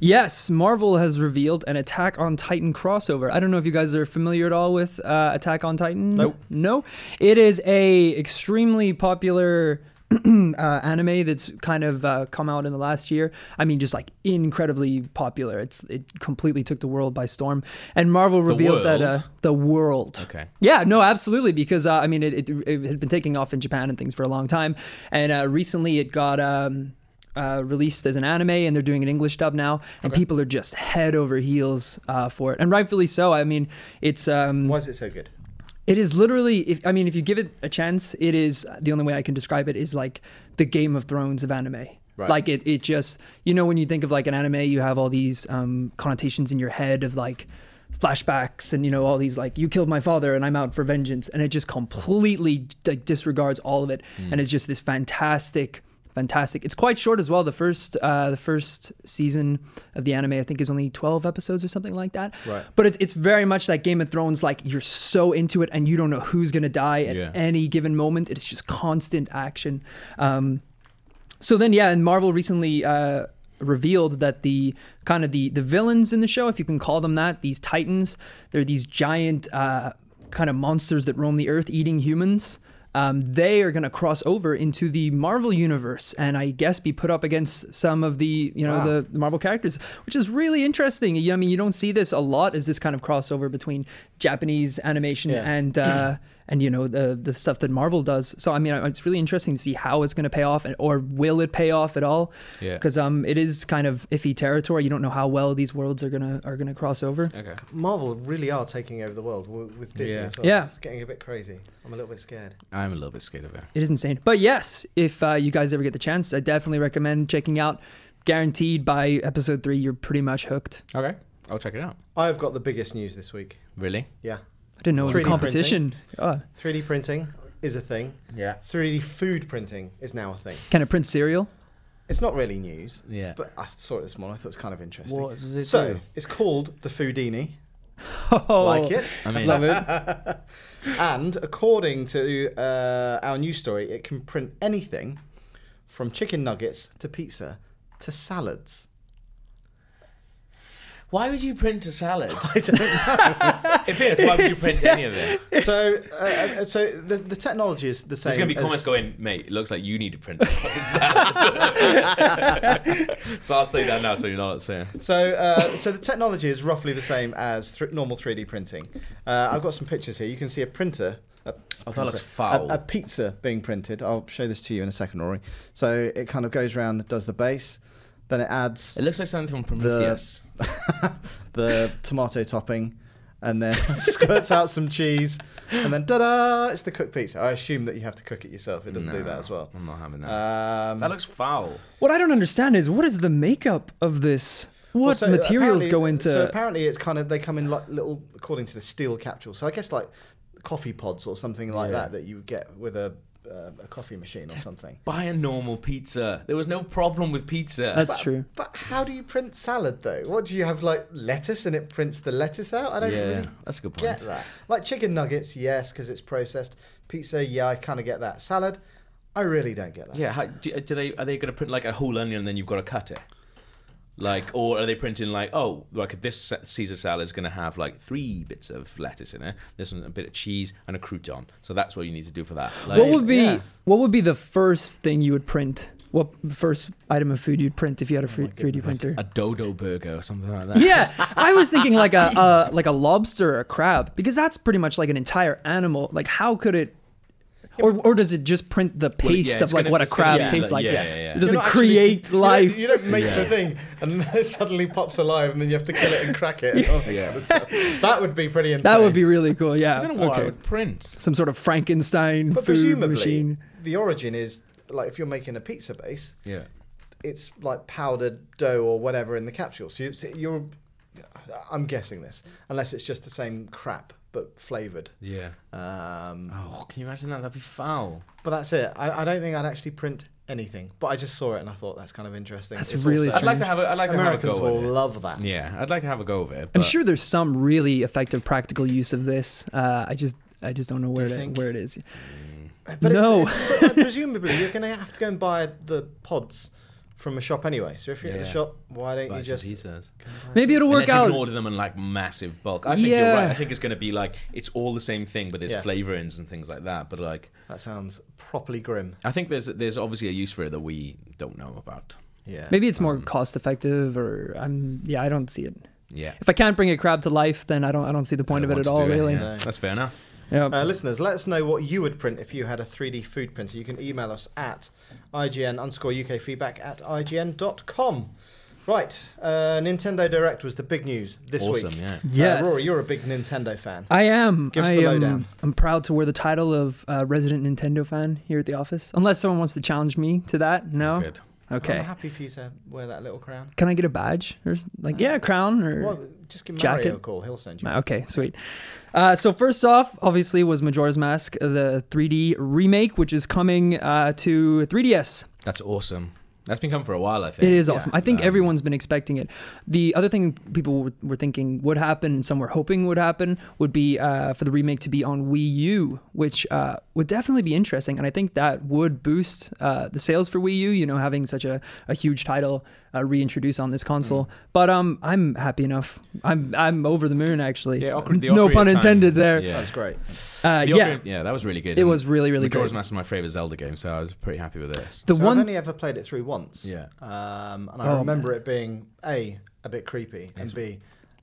Yes, Marvel has revealed an Attack on Titan crossover. I don't know if you guys are familiar at all with uh, Attack on Titan. Nope. No, it is a extremely popular. uh, anime that's kind of uh, come out in the last year. I mean, just like incredibly popular. It's it completely took the world by storm. And Marvel revealed that uh, world? the world. Okay. Yeah, no, absolutely. Because uh, I mean, it, it, it had been taking off in Japan and things for a long time, and uh, recently it got um, uh, released as an anime, and they're doing an English dub now, and people are just head over heels uh, for it, and rightfully so. I mean, it's um, Why is it so good? it is literally. If, I mean, if you give it a chance, it is the only way I can describe it is like the Game of Thrones of anime. Right. Like it, it just you know when you think of like an anime, you have all these um, connotations in your head of like flashbacks and you know all these like you killed my father and I'm out for vengeance, and it just completely like disregards all of it, and it's just this fantastic. Fantastic! It's quite short as well. The first, uh, the first season of the anime, I think, is only twelve episodes or something like that. Right. But it's it's very much that Game of Thrones. Like you're so into it, and you don't know who's gonna die at Yeah. any given moment. It's just constant action. Um, so then, yeah, and Marvel recently uh, revealed that the kind of the the villains in the show, if you can call them that, these Titans, they're these giant uh, kind of monsters that roam the earth, eating humans. Um, they are going to cross over into the Marvel universe, and I guess be put up against some of the you know Wow. the the Marvel characters, which is really interesting. You- I mean, you don't see this a lot. Is this kind of crossover between Japanese animation Yeah. and uh, and you know the the stuff that Marvel does? So I mean, it's really interesting to see how it's going to pay off, and, or will it pay off at all? Yeah. because um, it is kind of iffy territory. You don't know how well these worlds are gonna are gonna cross over. Okay. Marvel really are taking over the world w- with Disney Yeah. as well. Yeah. It's getting a bit crazy. I'm a little bit scared. I'm a little bit scared of it. It is insane. But yes, if uh, you guys ever get the chance, I definitely recommend checking out. Guaranteed by episode three, you're pretty much hooked. Okay. I'll check it out. I've got the biggest news this week. Really? Yeah. I didn't know it was a Uh, 3D printing. competition. God. 3D printing. is a thing. Yeah. 3D food printing is now a thing. Can it print cereal? It's not really news. Yeah. But I saw it this morning. I thought it was kind of interesting. What does it so do? it's called the Foodini. Oh, Like it. I mean, love it. And according to uh, our news story, it can print anything from chicken nuggets to pizza to salads. why would you print a salad? I don't know. if it is, why would you print any of it? so, uh, uh, so the, the technology is the same. There's going to be as- comments going, mate, it looks like you need to print a fucking salad. so I'll say that now so you know what I'm saying. So, uh, so the technology is roughly the same as thr normal 3D printing. Uh, I've got some pictures here. You can see a printer. A, Oh, that printer, looks foul. A, a pizza being printed. I'll show this to you in a second, Rory. So it kind of goes around, does the base, then it adds It looks like something from Prometheus. Prometheus. the tomato topping, and then squirts out some cheese, and then da-da! It's the cooked pizza. I assume that you have to cook it yourself. It doesn't do that as well. I'm not having that. Um, Mm, that looks foul. What I don't understand is what is the makeup of this? What Well, so materials apparently- go into? So apparently, it's kind of they come in like little, according to the steel capsule. So I guess like coffee pods or something like that that you would get with a uh, a coffee machine or something. Buy a normal pizza. There was no problem with pizza. That's true. But how do you print salad though? What do you have like lettuce and it prints the lettuce out? I don't Yeah, really that's a good get point. that. Like chicken nuggets, yes, because it's processed. Pizza, yeah, I kind of get that. Salad, I really don't get that. Yeah, how, do, do they are they going to print like a whole onion and then you've got to cut it? Like, or are they printing like, oh, like this sa- Caesar salad is going to have like three bits of lettuce in it, this one a bit of cheese and a crouton. So that's what you need to do for that. Like, what would be yeah. what would be the first thing you would print? What first item of food you'd print if you Oh had a free, 3D printer? a dodo burger or something like that? Yeah, I was thinking like a uh, like a lobster or a crab because that's pretty much like an entire animal. Like how could it? Or, or does it just print the yeah, paste it's of like gonna- what a it's gonna be crab tastes like- like? yeah, yeah, yeah. It doesn't You're not actually- create you don't- life. You don't, make the thing, and then it suddenly pops alive, and then you have to kill it and crack it. And all that kind of stuff. That would be pretty insane. that would be really cool. Yeah. I don't know what okay. I would print. Some sort of Frankenstein But food presumably, machine. the origin is like if you're making a pizza base, Yeah. it's like powdered dough or whatever in the capsule. So you- so you're, I'm guessing this, unless it's just the same crap but flavored. Yeah. Um, Oh, can you imagine that? That'd be foul. but that's it. I, I don't think I'd actually print anything. But I just saw it and I thought that's kind of interesting. That's really also- I'd like to have a, I'd like Americans to have a go will at it. love that. Yeah, I'd like to have a go of it. I'm but- sure there's some really effective practical use of this. Uh, I just I just don't know where you it, think? where it is. But No. it's, it's, but, like, presumably you're going to have to go and buy the pods from a shop anyway. So if you're at the Yeah. shop, why don't Buy you some just? pizzas. Maybe it'll Unless work out. You can order them in like massive bulk. I think you're Yeah. right. I think it's going to be like it's all the same thing, but there's Yeah. flavorings and things like that. But like, That sounds properly grim. I think there's there's obviously a use for it that we don't know about. Yeah. Maybe it's Um, more cost effective, or I'm yeah, I don't see it. Yeah. If I can't bring a crab to life, then I don't I don't see the point of it I at don't all. want to do Really, yeah. No. That's fair enough. yeah. Uh, listeners, let us know what you would print if you had a 3D food printer. You can email us at IGN underscore UK feedback at IGN.com. Right, uh, Nintendo Direct was the big news this awesome. week. Yeah. yes, Uh, Rory, you're a big Nintendo fan. I am. Give us I the am. lowdown. I'm proud to wear the title of uh, resident Nintendo fan here at the office. Unless someone wants to challenge me to that, no. Good. Okay. I'm happy for you to wear that little crown. Can I get a badge or s- like yeah, a crown or Uh, Well, just give Mario Jacket. a call. He'll send you. Ma- Okay, sweet. Uh, so first off, obviously, was Majora's Mask uh, the 3D remake, which is coming uh, to 3DS. That's awesome. That's been coming for a while. I think It is Yeah. awesome. I think Um, everyone's been expecting it. The other thing people were- were thinking would happen, and some were hoping would happen, would be uh, for the remake to be on Wii U, which uh, would definitely be interesting. And I think that would boost uh, the sales for Wii U. You know, having such a, a huge title uh, reintroduced on this console. Hmm. But um, I'm happy enough. I'm I'm over the moon actually. Yeah, Ocar- the no Ocarina pun of Time. intended there. Yeah. That's great. Uh, The yeah. Ocarina- yeah, that was really good. It And was really, really Majora's good. Mask is my favorite Zelda game, so I was pretty happy with this. The so one I've only ever played it through once. Yeah. Um, and I Oh, remember it being a a bit creepy and b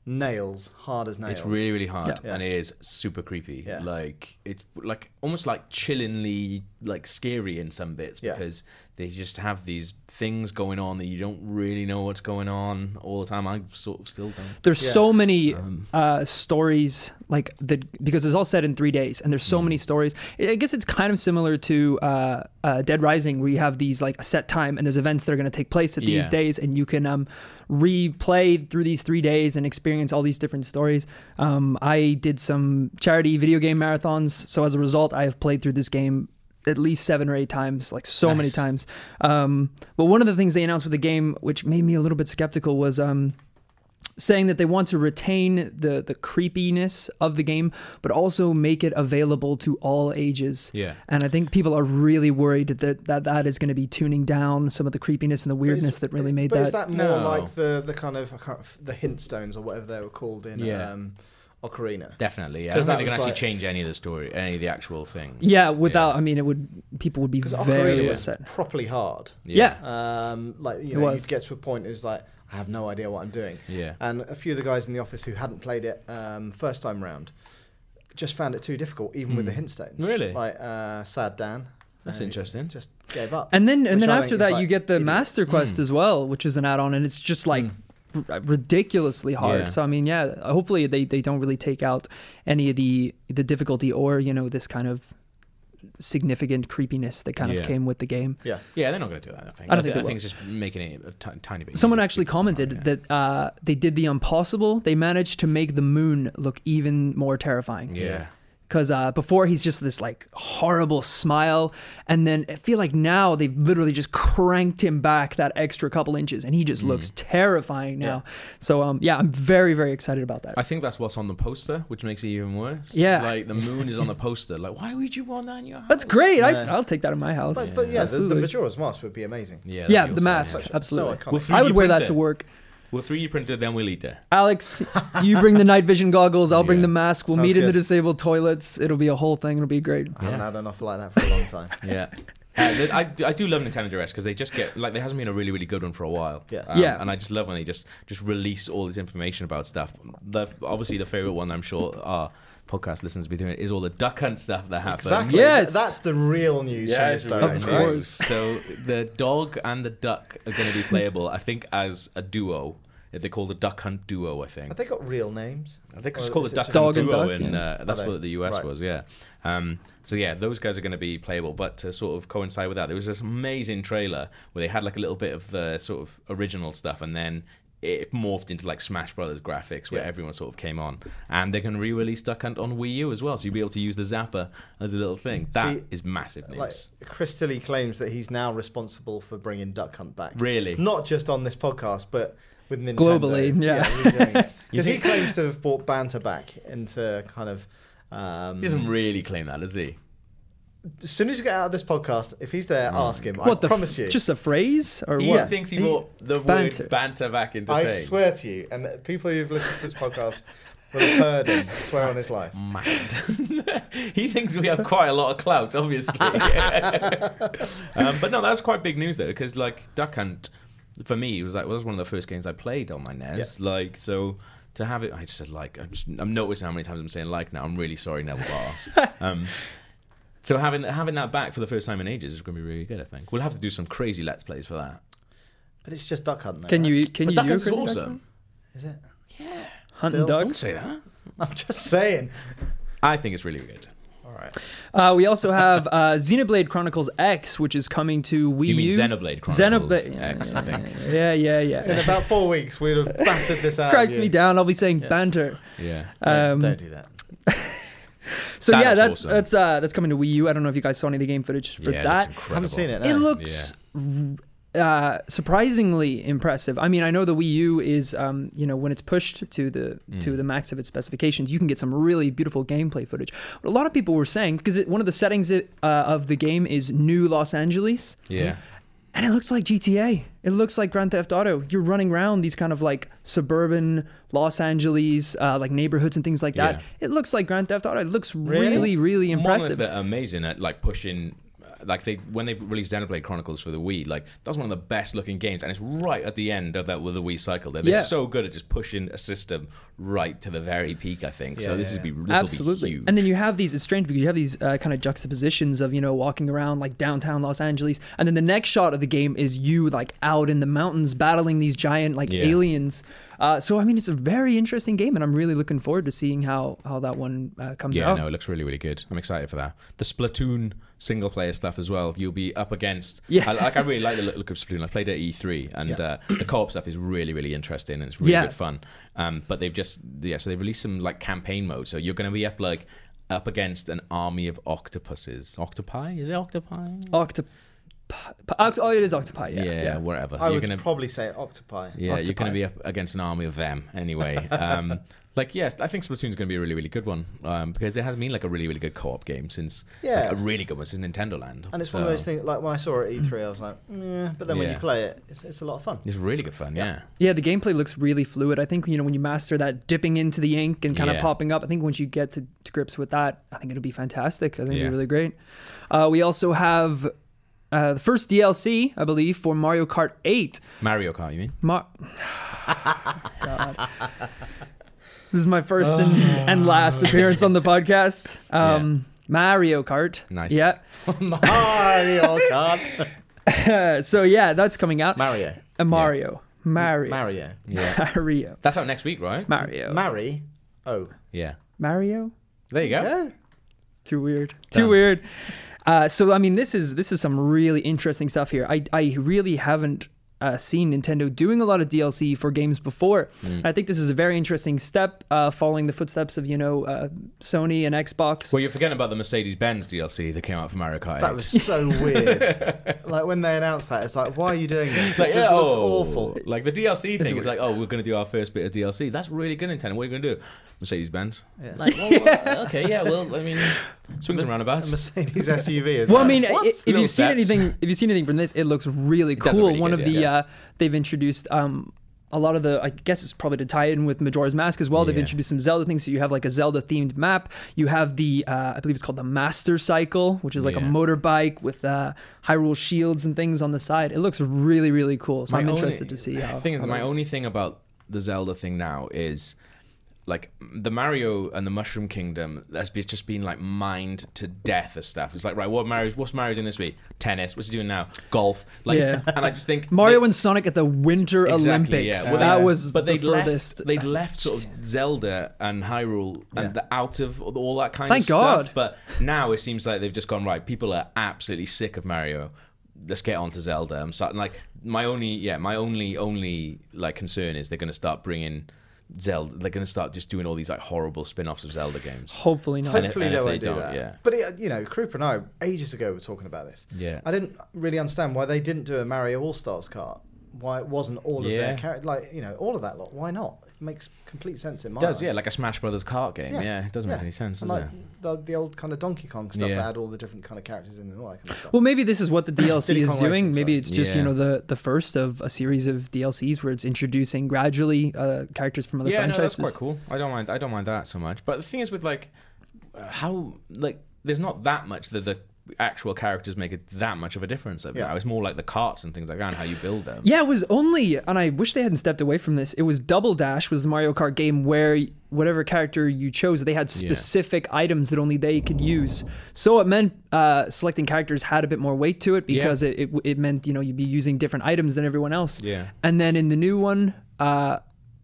nails hard as nails. It's really, really hard, Yeah. and it is super creepy. Yeah. Like it's like almost like chillingly like scary in some bits Yeah. because they just have these things going on that you don't really know what's going on all the time. I sort of still don't. There's Yeah. so many Um, uh, stories like the because it's all set in three days, and there's so Mm. many stories. I I guess it's kind of similar to uh, uh, Dead Rising, where you have these like a set time, and there's events that are going to take place at these Yeah. days, and you can um, replay through these three days and experience all these different stories. Um, I did some charity video game marathons, so as a result, I have played through this game at least seven or eight times, like so many Nice. times. Um, but one of the things they announced with the game, which made me a little bit skeptical, was. Um, saying that they want to retain the the creepiness of the game but also make it available to all ages Yeah. and i think people are really worried that that, that is going to be tuning down some of the creepiness and the But is- weirdness that really made but that, is that more No. like the the kind of I can't, the hint stones or whatever they were called in Yeah. um, Ocarina? Definitely, yeah. I don't 'Cause think that they can was actually like- change any of the story, any of the actual thing. yeah without i mean it would people would be Because very Ocarina was upset properly hard. yeah, Um, like It you know, you was. get to a point it was like I have no idea what I'm doing. yeah. And a few of the guys in the office who hadn't played it um, first time round just found it too difficult, even with the Hmm. hint stones. Really? Like uh, sad Dan. That's uh, interesting. Just gave up. and then and Which then I after think is that like you get the idiot. master quest Mm. as well which is an add-on and it's just like r- ridiculously hard Yeah. so i mean yeah hopefully they, they don't really take out any of the the difficulty or you know this kind of significant creepiness that kind Yeah. of came with the game yeah. Yeah, they're not going to do that. I think. I don't think thi- they I think it's just making it a ti- tiny bit. Someone easier for actually people somewhere, commented yeah. that uh, they did the impossible. They managed to make the moon look even more terrifying. Yeah. Because uh, before he's just this like horrible smile, and then I feel like now they've literally just cranked him back that extra couple inches, and he just Mm. looks terrifying now. So um, yeah, I'm very very excited about that. I think that's what's on the poster, which makes it even worse. Yeah. Like the moon is on the poster. Like, why would you want that in your house? That's great. Yeah. I, I'll take that in my house. But, but yeah, the, the Absolutely. Majora's Mask would be amazing. Yeah. yeah, that'd the be mask, awesome, yeah. absolutely. iconic. We'll 3D I would wear that print to it. work. We'll 3D print it, then we'll eat it. Alex, you bring the night vision goggles. I'll bring Yeah. the mask. We'll Sounds meet in the good. disabled toilets. It'll be a whole thing. It'll be great. I haven't Yeah. had enough like that for a long time. Yeah. Uh, th- I, do- I do love Nintendo Direct because they just get like there hasn't been a really really good one for a while. Yeah. Um, Yeah. And I just love when they just just release all this information about stuff. The obviously the favorite one I'm sure our podcast listeners will be doing is all the duck hunt stuff that happened. exactly. Yes. That's the real news from this really direction. Of right? course. so the dog and the duck are going to be playable, I think, as a duo. They call the duck hunt duo, I think. Have they got real names? I think it's Or called is the it Duck just- Dog and and Duo, Duck, and yeah. uh, that's Are they? what the US Right. was, yeah. Um, so yeah, those guys are going to be playable, but to sort of coincide with that, there was this amazing trailer where they had like a little bit of the sort of original stuff, and then it morphed into like Smash Brothers graphics where Yeah. everyone sort of came on, and they're going to re-release Duck Hunt on Wii U as well, so you'll be able to use the Zapper as a little thing. That is See, massive news. Like Chris Tilly claims that he's now responsible for bringing Duck Hunt back. Really? Not just on this podcast, but with Nintendo. Globally, yeah. You Because he think- claims to have brought banter back into kind of. Um, he doesn't really claim that, does he? as soon as you get out of this podcast, if he's there, Mm. ask him. I What the promise f- you. Just a phrase or He what? thinks he, He- brought the Banter. word banter back into I thing. swear to you, and people who've listened to this podcast will have heard him swear on his life. mad. he thinks we have quite a lot of clout, obviously. um, but no, that's quite big news though, because like Duck Hunt, for me, it was like well, it was one of the first games I played on my NES. Like so. To have it, I just said like I'm, just, I'm noticing how many times I'm saying like now. I'm really sorry, Neville Bars. um, so having having that back for the first time in ages is going to be really good. I think we'll have to do some crazy let's plays for that. But it's just Duck Hunt, though. Can right? you can but you Duck do Hunt's a crazy duck awesome. hunt? Is it? Yeah, hunting Still, ducks? that. I'm just saying. I think it's really good. All right. Uh, we also have uh, Xenoblade Chronicles X, which is coming to Wii You mean U. Xenoblade Chronicles Xenoblade- X, I think. Yeah, yeah, In yeah. about four weeks, we'd have battered this out. of Crack you. me down. I'll be saying Yeah. banter. Yeah. Don't- Um, don't do that. so That yeah, looks that's awesome. that's uh, that's coming to Wii U. I don't know if you guys saw any of the game footage for yeah, it looks that. incredible. I haven't seen it. No. It looks uh, surprisingly impressive. I mean, I know the Wii U is, um, you know, when it's pushed to the Mm. to the max of its specifications, you can get some really beautiful gameplay footage. But a lot of people were saying because one of the settings it, uh, of the game is New Los Angeles, Yeah. and it looks like GTA. It looks like Grand Theft Auto. You're running around these kind of like suburban Los Angeles, uh, like neighborhoods and things like that. Yeah. It looks like Grand Theft Auto. It looks Really? really, really Monolith impressive. are amazing at like pushing uh, like they when they released Xenoblade Chronicles for the Wii, like that was one of the best looking games, and it's right at the end of that with the Wii cycle. They're, they're Yeah. so good at just pushing a system right to the very peak. I think so. Yeah, this yeah, is be this Absolutely. Be huge. And then you have these, it's strange because you have these uh, kind of juxtapositions of, you know, walking around like downtown Los Angeles. And then the next shot of the game is you like out in the mountains battling these giant like Yeah. aliens. Uh, so, I mean, it's a very interesting game. And I'm really looking forward to seeing how, how that one uh, comes Yeah, out. no, it looks really, really good. I'm excited for that. The Splatoon single player stuff as well. You'll be up against. Yeah. I, like I really like the look, look of Splatoon. I played it at E3, and uh, the co-op stuff is really, really interesting and it's really Yeah. good fun. Um, but they've just yeah, so they've released some like campaign mode. So you're going to be up like up against an army of octopuses. Octopi? Is it octopi? Octopi. Oct- oh, it is Octopi. Yeah. yeah, yeah. whatever. I you're would gonna, probably say octopi. yeah, you're octopi. going to be up against an army of them anyway. Um, like, yes, I think Splatoon's going to be a really, really good one um, because there has been like a really, really good co-op game since Yeah. like, a really good one since Nintendo Land. And it's one of So, those things, like when I saw it at E3, I was like, yeah, but then when you Yeah. play it, it's, it's a lot of fun. It's really good fun, yeah. Yeah, the gameplay looks really fluid. I think you know when you master that dipping into the ink and kind Yeah. of popping up. I think once you get to, to grips with that, I think it'll be fantastic. I think it'll Yeah. be really great. Uh, we also have uh, the first DLC, I believe, for Mario Kart 8. Mario Kart, you mean? Mar- God. This is my first and, Oh. and last appearance on the podcast. Um, Mario Kart. Nice. Yeah. Mario Kart. Uh, so yeah, that's coming out. Mario. Uh, Mario. Mario. Mario. Yeah. Mario. That's out next week, right? Mario. Mary. Oh. yeah. Mario. There you go. Too weird. Done. Too weird. Uh, so I mean, this is this is some really interesting stuff here. I I really haven't uh, seen Nintendo doing a lot of DLC for games before. And I think this is a very interesting step, uh, following the footsteps of you know uh, Sony and Xbox. Well, you're forgetting about the Mercedes Benz DLC that came out for Mario Kart. 8. That was so weird. like when they announced that, it's like, why are you doing this? It's like, it yeah, just looks oh. awful. Like the DLC thing is weird. like, oh, we're going to do our first bit of DLC. That's really good, Nintendo. What are you going to do? Mercedes Benz. Yeah. Like, well, okay, yeah, well, I mean, swings and A roundabouts. Mercedes SUV is. Well, I like, mean, what? i- if Little you've seen steps. anything, if you've seen anything from this, it looks really does look cool. really One good, of the yeah, yeah. uh, they've introduced um, a lot of the. I guess it's probably to tie in with Majora's Mask as well. They've Yeah. introduced some Zelda things, so you have like a Zelda themed map. You have the uh, I believe it's called the Master Cycle, which is like Yeah. a motorbike with uh, Hyrule shields and things on the side. It looks really really cool. So I'm only- interested to see. How, The thing is, how my that only looks. thing about the Zelda thing now is like the Mario and the Mushroom Kingdom has be, just been like mined to death as stuff. It's like right, what Mario's what's Mario doing this week? Tennis. What's he doing now? Golf. Like, Yeah. and I just think Mario they- and Sonic at the Winter Exactly, Olympics. Yeah. Well, that they- was but the they'd left- furthest. They'd left sort of Zelda and Hyrule and the out of all that kind Thank of stuff. God. But now it seems like they've just gone right. People are absolutely sick of Mario. Let's get on to Zelda. I'm starting like my only yeah my only only like concern is they're going to start bringing Zelda. They're going to start just doing all these like horrible spin-offs of Zelda games. Hopefully not. And if- Hopefully and they if they won't do don't, that. yeah. But it, you know, Krupa and I ages ago were talking about this. Yeah. I didn't really understand why they didn't do a Mario All Stars cart. Why it wasn't all of Yeah. their characters, like you know, all of that lot. Why not? It makes complete sense in my It does eyes. yeah like a Smash Brothers kart game yeah, it doesn't make yeah. any sense And does like it? The, the old kind of Donkey Kong stuff Yeah. that had all the different kind of characters in and all that kind of stuff. Well, maybe this is what the DLC Diddy is Kong doing. Racing, Maybe sorry. it's just Yeah. you know the the first of a series of DLCs where it's introducing gradually uh, characters from other yeah, franchises. No, that's quite cool. I don't mind. I don't mind that so much. But the thing is, with like uh, how like there's not that much that the actual characters make it that much of a difference. Of Yeah. now. it's more like the carts and things like that and how you build them. Yeah, it was only, and I wish they hadn't stepped away from this. It was Double Dash was the Mario Kart game where whatever character you chose, they had specific items that only they could use. So it meant uh, selecting characters had a bit more weight to it because it, it it meant you know you'd be using different items than everyone else. Yeah. And then in the new one, uh,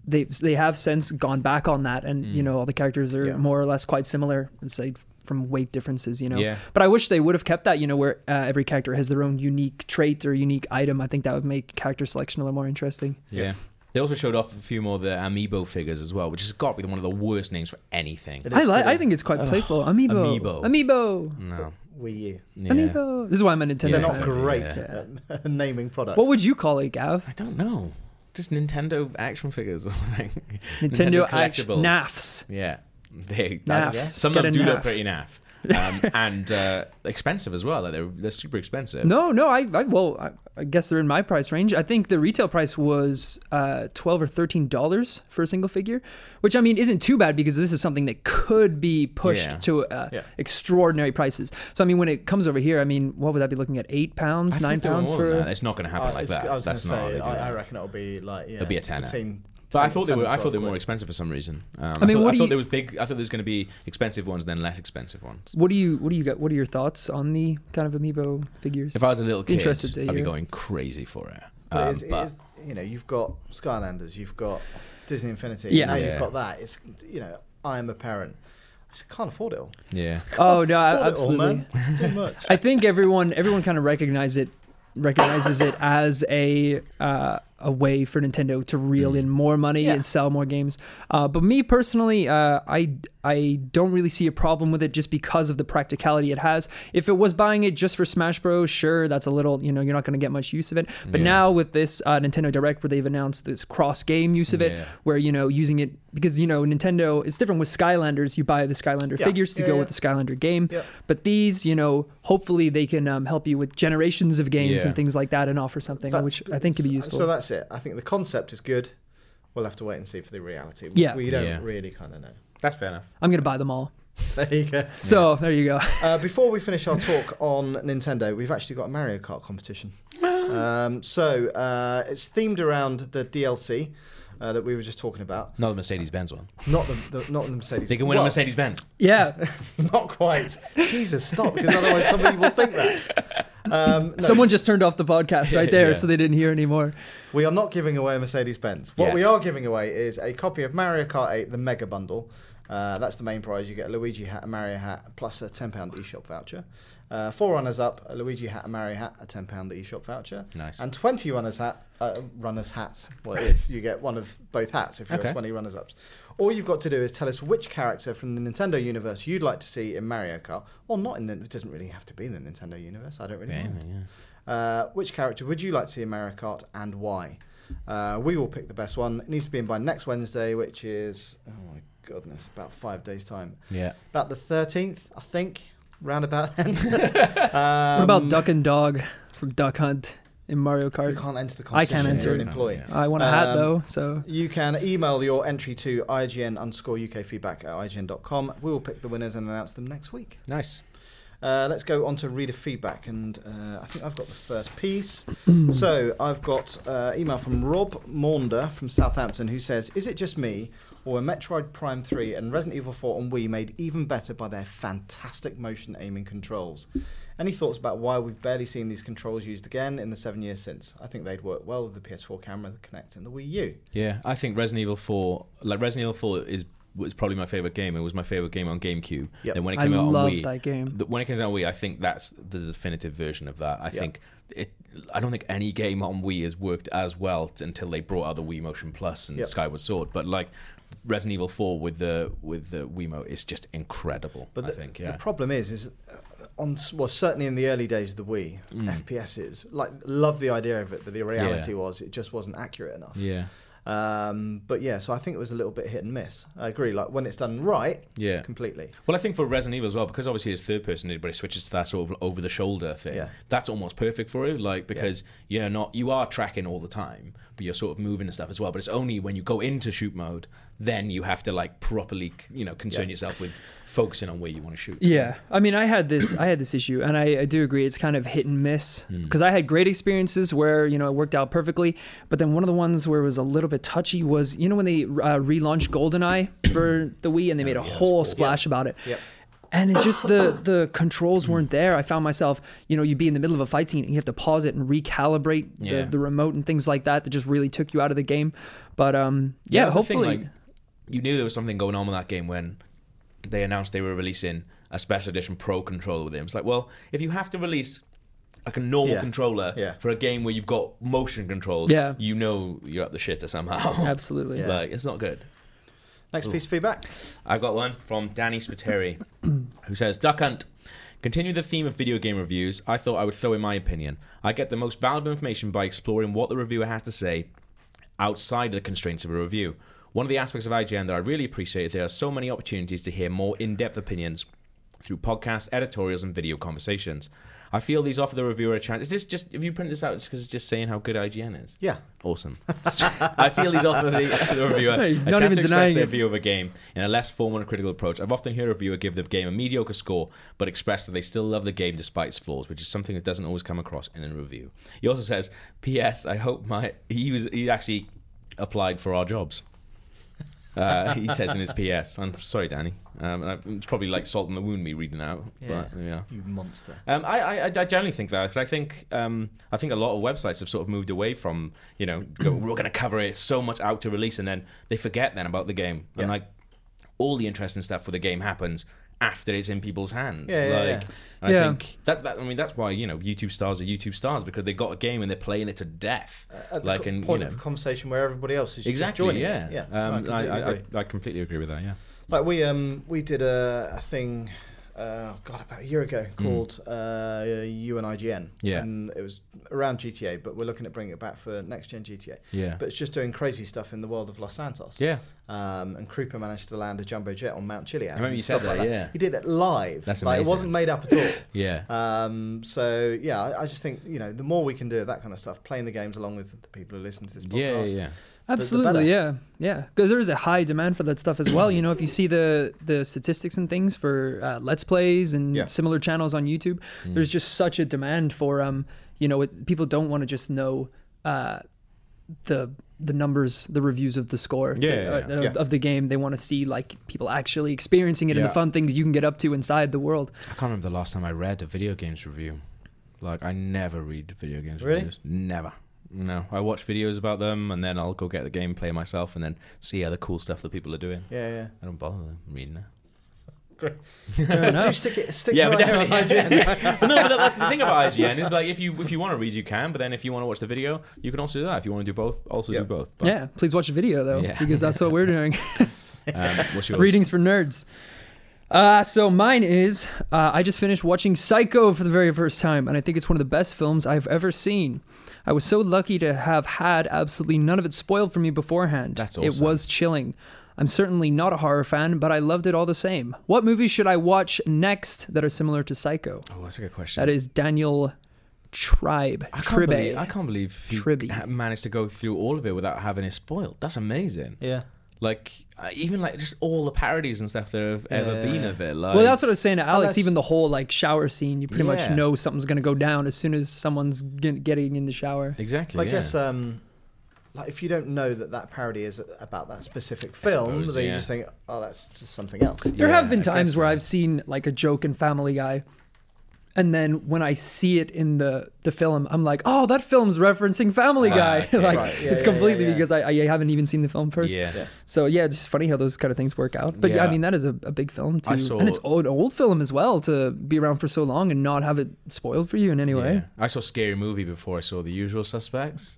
they they have since gone back on that, and Mm. you know all the characters are more or less quite similar, aside from weight differences. You know, Yeah. but I wish they would have kept that. You know, where uh, every character has their own unique trait or unique item. I think that would make character selection a little more interesting. Yeah. They also showed off a few more of the amiibo figures as well, which has got to be one of the worst names for anything. It is I like. pretty. I think it's quite playful. Amiibo. Amiibo. Amiibo. No. Wii U. Yeah. Amiibo. This is why I'm a Nintendo They're Yeah, not fan. exactly, great yeah. at naming products. What would you call it, Gav? I don't know. Just Nintendo action figures. Nintendo, Nintendo, action collectibles. NAFs. Yeah. They, that- Naffs. Some Get of them a do naff. look pretty naff. um, and uh, expensive as well. Like they're, they're super expensive. No, no. I, I well, I, I guess they're in my price range. I think the retail price was uh, twelve or thirteen dollars for a single figure, which I mean isn't too bad because this is something that could be pushed Yeah. to uh, Yeah. extraordinary prices. So I mean, when it comes over here, I mean, what would that be looking at? Eight I pounds, think nine they were pounds more than for. that. It's not going to happen I- like Uh, it's- that. I was going That's to not how they say, do I, I that. reckon it'll be like yeah, It'll be a tenner. Between But I 10 thought they 10 were. and I thought 12 they were more quid. expensive for some reason. Um, I mean, I thought, what I do thought you- there was big. I thought there was going to be expensive ones, then less expensive ones. What do you what do you got? What are your thoughts on the kind of amiibo figures? If I was a little kid, Interested to I'd be hear. going crazy for it. But, Um, it is, it but is, you know, you've got Skylanders, you've got Disney Infinity, Yeah. now Yeah. you've got that. It's you know, I am a parent. I just can't afford it all. yeah, oh no, Can't I- afford it absolutely. all, man. It's too much. I think everyone everyone kind of recognize it recognizes it as a uh, a way for Nintendo to Hmm. reel in more money Yeah. and sell more games. Uh, but me personally, uh, I I don't really see a problem with it just because of the practicality it has. If it was buying it just for Smash Bros, sure, that's a little you know you're not going to get much use of it. But Yeah. now with this uh, Nintendo Direct where they've announced this cross game use of it, Yeah. where you know using it because you know Nintendo it's different with Skylanders. You buy the Skylander Yeah. figures to Yeah, go yeah. with the Skylander game. Yep. But these, you know, hopefully they can um, help you with generations of games Yeah. and things like that, and offer something That- which I think could be so- useful. So that's it. I think the concept is good. We'll have to wait and see for the reality. We- Yeah. We don't Yeah. really kind of know. that's fair enough. I'm gonna buy them all. There you go. So there you go. Uh, before we finish our talk on Nintendo, we've actually got a Mario Kart competition. Um, so uh, it's themed around the DLC uh, that we were just talking about. Not the Mercedes Benz one. Not the, the not the Mercedes. They can win a well, Mercedes Benz. Yeah, Not quite. Jesus, stop! Because otherwise somebody will think that. Um, no, someone just turned off the podcast right there, Yeah. so they didn't hear anymore. We are not giving away a Mercedes Benz. What Yeah. we are giving away is a copy of Mario Kart 8, the Mega Bundle. Uh, that's the main prize. You get a Luigi hat, a Mario hat, plus a £10 eShop voucher. Uh, four runners up, a Luigi hat, a Mario hat, a £10 eShop voucher. Nice. And 20 runners hat, uh, runners hats. Well, it is. You get one of both hats if you're Okay. 20 runners ups. All you've got to do is tell us which character from the Nintendo universe you'd like to see in Mario Kart, or not in the. It doesn't really have to be in the Nintendo universe. I don't really Yeah, mind. yeah. Uh, which character would you like to see in Mario Kart and why? Uh, we will pick the best one. It needs to be in by next Wednesday, which is, oh my goodness, about five days' time. Yeah. About the 13th, I think, roundabout then. what Um, about Duck and Dog from Duck Hunt in Mario You Kart? can't enter the competition. I can't enter. You're an employee. Yeah. I want a hat Um, though, so You can email your entry to IGN underscore UK feedback at IGN.com. We will pick the winners and announce them next week. Nice. Uh, let's go on to reader feedback, and uh, I think I've got the first piece. so I've got uh, email from Rob Maunder from Southampton who says, "Is it just me, or were Metroid Prime 3 and Resident Evil 4 and Wii made even better by their fantastic motion aiming controls? Any thoughts about why we've barely seen these controls used again in the seven years since? I think they'd work well with the PS4 camera, the Kinect, and the Wii U." Yeah, I think Resident Evil 4, like Resident Evil 4 is was probably my favorite game. It was my favorite game on GameCube. Yep. And when it I came out on love Wii, that game. th- when it came out on Wii, I think that's the definitive version of that. I think it. I don't think any game on Wii has worked as well t- until they brought out the Wii Motion Plus and Yep. Skyward Sword. But like Resident Evil 4 with the with the Wiimote is just incredible. But I the, think the yeah. problem is, is uh, on s- well certainly in the early days of the Wii, Mm. FPSs like love the idea of it, but the reality was it just wasn't accurate enough. yeah, Um, but yeah, so I think it was a little bit hit and miss. I agree. Like when it's done right, yeah. completely. Well, I think for Resident Evil as well, because obviously it's third person, but it switches to that sort of over the shoulder thing. Yeah. That's almost perfect for it, like because you're not you are tracking all the time, but you're sort of moving and stuff as well. But it's only when you go into shoot mode, then you have to like properly, you know, concern Yeah. yourself with focusing on where you want to shoot. Yeah, I mean, I had this, I had this issue, and I, I do agree, it's kind of hit and miss. Hmm. Because I had great experiences where you know it worked out perfectly, but then one of the ones where it was a little bit touchy was you know when they uh, relaunched GoldenEye for the Wii, and they made a Oh, yeah, that's whole cool. splash about it. Yep. And it just the the controls weren't Hmm. there. I found myself, you know, you'd be in the middle of a fight scene and you have to pause it and recalibrate Yeah. the, the remote and things like that that just really took you out of the game. But um, yeah, that's the thing, hopefully, like, you knew there was something going on with that game when they announced they were releasing a special edition pro controller with it. It's like, well, if you have to release like a normal Yeah. controller Yeah. for a game where you've got motion controls, Yeah. you know you're up the shitter somehow. absolutely. Yeah. Like it's not good. Next piece of feedback. I've got one from Danny Spiteri, who says, Duck Hunt. Continue the theme of video game reviews. I thought I would throw in my opinion. I get the most valuable information by exploring what the reviewer has to say outside the constraints of a review. One of the aspects of IGN that I really appreciate is there are so many opportunities to hear more in depth opinions through podcasts, editorials, and video conversations. I feel these offer the reviewer a chance. Is this just, if you print this out, it's because it's just saying how good IGN is? Yeah. Awesome. I feel these offer the, offer the reviewer No, a you're chance not to even express denying their it. view of a game in a less formal and critical approach. I've often heard a reviewer give the game a mediocre score, but express that they still love the game despite its flaws, which is something that doesn't always come across in a review. He also says, "P.S. I hope my he was he actually applied for our jobs." Uh, he says in his PS, "I'm sorry, Danny. Um, and I- it's probably like salt in the wound me reading out, Yeah. but yeah." You monster. Um, I, I, I generally think that because I think um, I think a lot of websites have sort of moved away from you know go, Mm. we're going to cover it so much out to release and then they forget then about the game and Yeah. like all the interesting stuff for the game happens after it's in people's hands. Yeah, yeah, like, yeah. and I Yeah. think that's that. I mean that's why you know YouTube stars are YouTube stars because they got a game and they're playing it to death. Uh, At the like co- and you point know of the conversation where everybody else is exactly just joining. yeah it. yeah. no, Um, I, completely I, agree. I, I completely agree with that. Yeah. Like we um we did a, a thing, uh, God, about a year ago called uh, you and IGN. Hmm. Yeah. And it was around GTA, but we're looking at bringing it back for next gen GTA. Yeah. But it's just doing crazy stuff in the world of Los Santos. Yeah. Um, and Krupa managed to land a jumbo jet on Mount Chiliad. I remember and you said stuff like that, yeah. He did it live. That's like, amazing. It wasn't made up at all. Yeah. Um, so yeah, I, I just think you know the more we can do of that kind of stuff, playing the games along with the people who listen to this yeah. podcast. Yeah. Absolutely, better. yeah, yeah. Because there is a high demand for that stuff as well. You know, if you see the the statistics and things for uh, let's plays and Yeah. similar channels on YouTube, there's just such a demand for um, you know, it, people don't want to just know uh, the the numbers, the reviews of the score, Yeah, the- yeah, uh, yeah. Of, Yeah. of the game. They want to see like people actually experiencing it and Yeah. the fun things you can get up to inside the world. I can't remember the last time I read a video games review. Like I never read video games Really? reviews. Never. No, I watch videos about them and then I'll go get the game, play myself, and then see other cool stuff that people are doing. Yeah, yeah. I don't bother them reading it. Fair Do enough. stick it, stick Yeah, it but right here on IGN. Well, no, but that's the thing about IGN is like if you if you want to read, you can, but then if you want to watch the video, you can also do that. If you want to do both, also Yeah. do both. But, Yeah, please watch the video though, Yeah. because that's what we're doing. Um, what's yours? Readings for nerds. Uh, so mine is uh, I just finished watching Psycho for the very first time, and I think it's one of the best films I've ever seen. I was so lucky to have had absolutely none of it spoiled for me beforehand. That's It awesome. was chilling. I'm certainly not a horror fan, but I loved it all the same. What movies should I watch next that are similar to Psycho? Oh, that's a good question. That is Daniel Tribe. I can't, Tribe. believe, I can't believe he Tribby. ha- managed to go through all of it without having it spoiled. That's amazing. yeah. Like uh, even like just all the parodies and stuff that have ever Yeah. been of it. Like, Well, that's what I was saying to Alex. that's- Even the whole like shower scene, you pretty much Oh, Yeah. know something's gonna go down as soon as someone's get, getting in the shower. exactly. Well, I yeah. guess um, like if you don't know that that parody is about that specific film, suppose, then yeah. you just think, oh, that's just something else. There have Yeah, been I times guess where so. I've seen like a joke in Family Guy, and then when I see it in the the film, I'm like, oh, that film's referencing Family Ah, Guy. okay, like right. Yeah, it's yeah, completely yeah, yeah. because I, I haven't even seen the film uh, first. Yeah. Yeah. So yeah, it's just funny how those kind of things work out. But yeah, I Yeah. mean that is a, a big film I too, saw- and it's old, an old film as well to be around for so long and not have it spoiled for you in any way. I saw Scary Movie before I saw The Usual Suspects.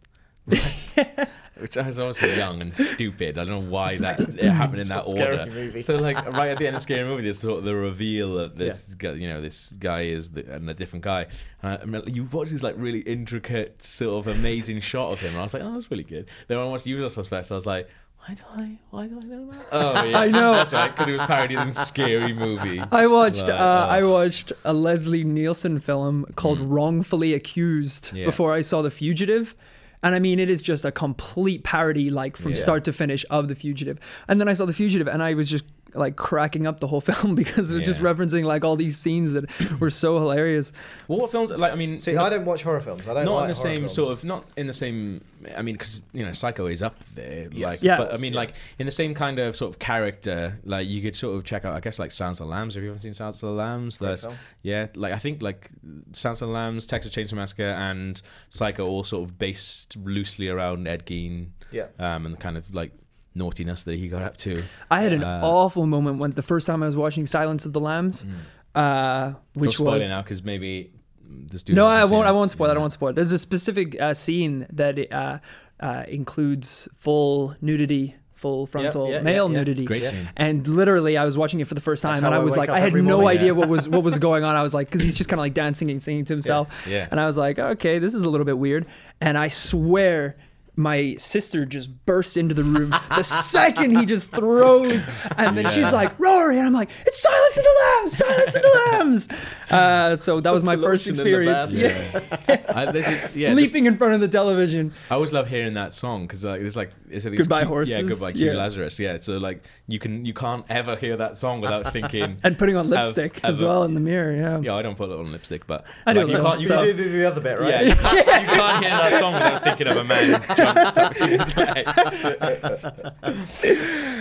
Which I was obviously young and stupid. I don't know why that it happened in that Scary order. Movie. So like right at the end of Scary Movie, there's sort of the reveal that this guy, you know this guy is the, and a different guy. And I, I mean, you watch this like really intricate sort of amazing shot of him, and I was like, oh, that's really good. Then when I watched Usual Suspects, I was like. Why do I? Why do I know that? Oh, yeah, I know. That's right, because it was parodying Scary Movie. I watched Like, uh, oh. I watched a Leslie Nielsen film called Wrongfully Accused Mm. Yeah. before I saw The Fugitive. And I mean, it is just a complete parody, like from Yeah. start to finish, of The Fugitive. And then I saw The Fugitive, and I was just like cracking up the whole film because it was just Yeah. referencing like all these scenes that were so hilarious. Well, what films? Like, I mean, See, I don't watch horror films. I don't. not like in the horror same films. sort of not in the same i mean because you know psycho is up there Yes, like of Yeah. but i course, mean yeah. like in the same kind of sort of character like you could sort of check out i guess like sounds of the lambs have you ever seen sounds of the lambs There's- film. yeah like i think like sounds of the lambs texas chainsaw massacre and psycho all sort of based loosely around ed gein Yeah. um and the kind of like naughtiness that he got up to I had an Uh, awful moment when the first time I was watching Silence of the Lambs, uh, which Mm. Don't spoil was it now because maybe this dude No, hasn't I seen won't. it. I won't spoil. it. I won't spoil. it. There's a specific uh, scene that uh, uh, includes full nudity, full frontal yeah, male yeah, yeah. nudity. great scene And literally, I was watching it for the first That's time, how and I I was wake like, up I had every no morning. idea what was what was going on. I was like, because he's just kind of like dancing and singing to himself, yeah. and I was like, okay, this is a little bit weird. And I swear. My sister just bursts into the room the second he just throws, and then Yeah. she's like, "Rory," and I'm like, "It's Silence of the lambs! Silence the lambs! Uh, so that was my first Delusion in the experience. band. Yeah. I, this is, yeah, this- Leaping in front of the television. I always love hearing that song because like it's like it's like Goodbye, Q- Horses. Yeah, goodbye, Q Yeah. Lazarus. Yeah, so like you can you can't ever hear that song without thinking. And putting on Of- lipstick as of a- well in the mirror, yeah. yeah, I don't put it on lipstick, but I do like, you a little. can't you So can't you do the other bit, right? Yeah, you can't, you can't hear that song without thinking of a man's junk tucked in his legs.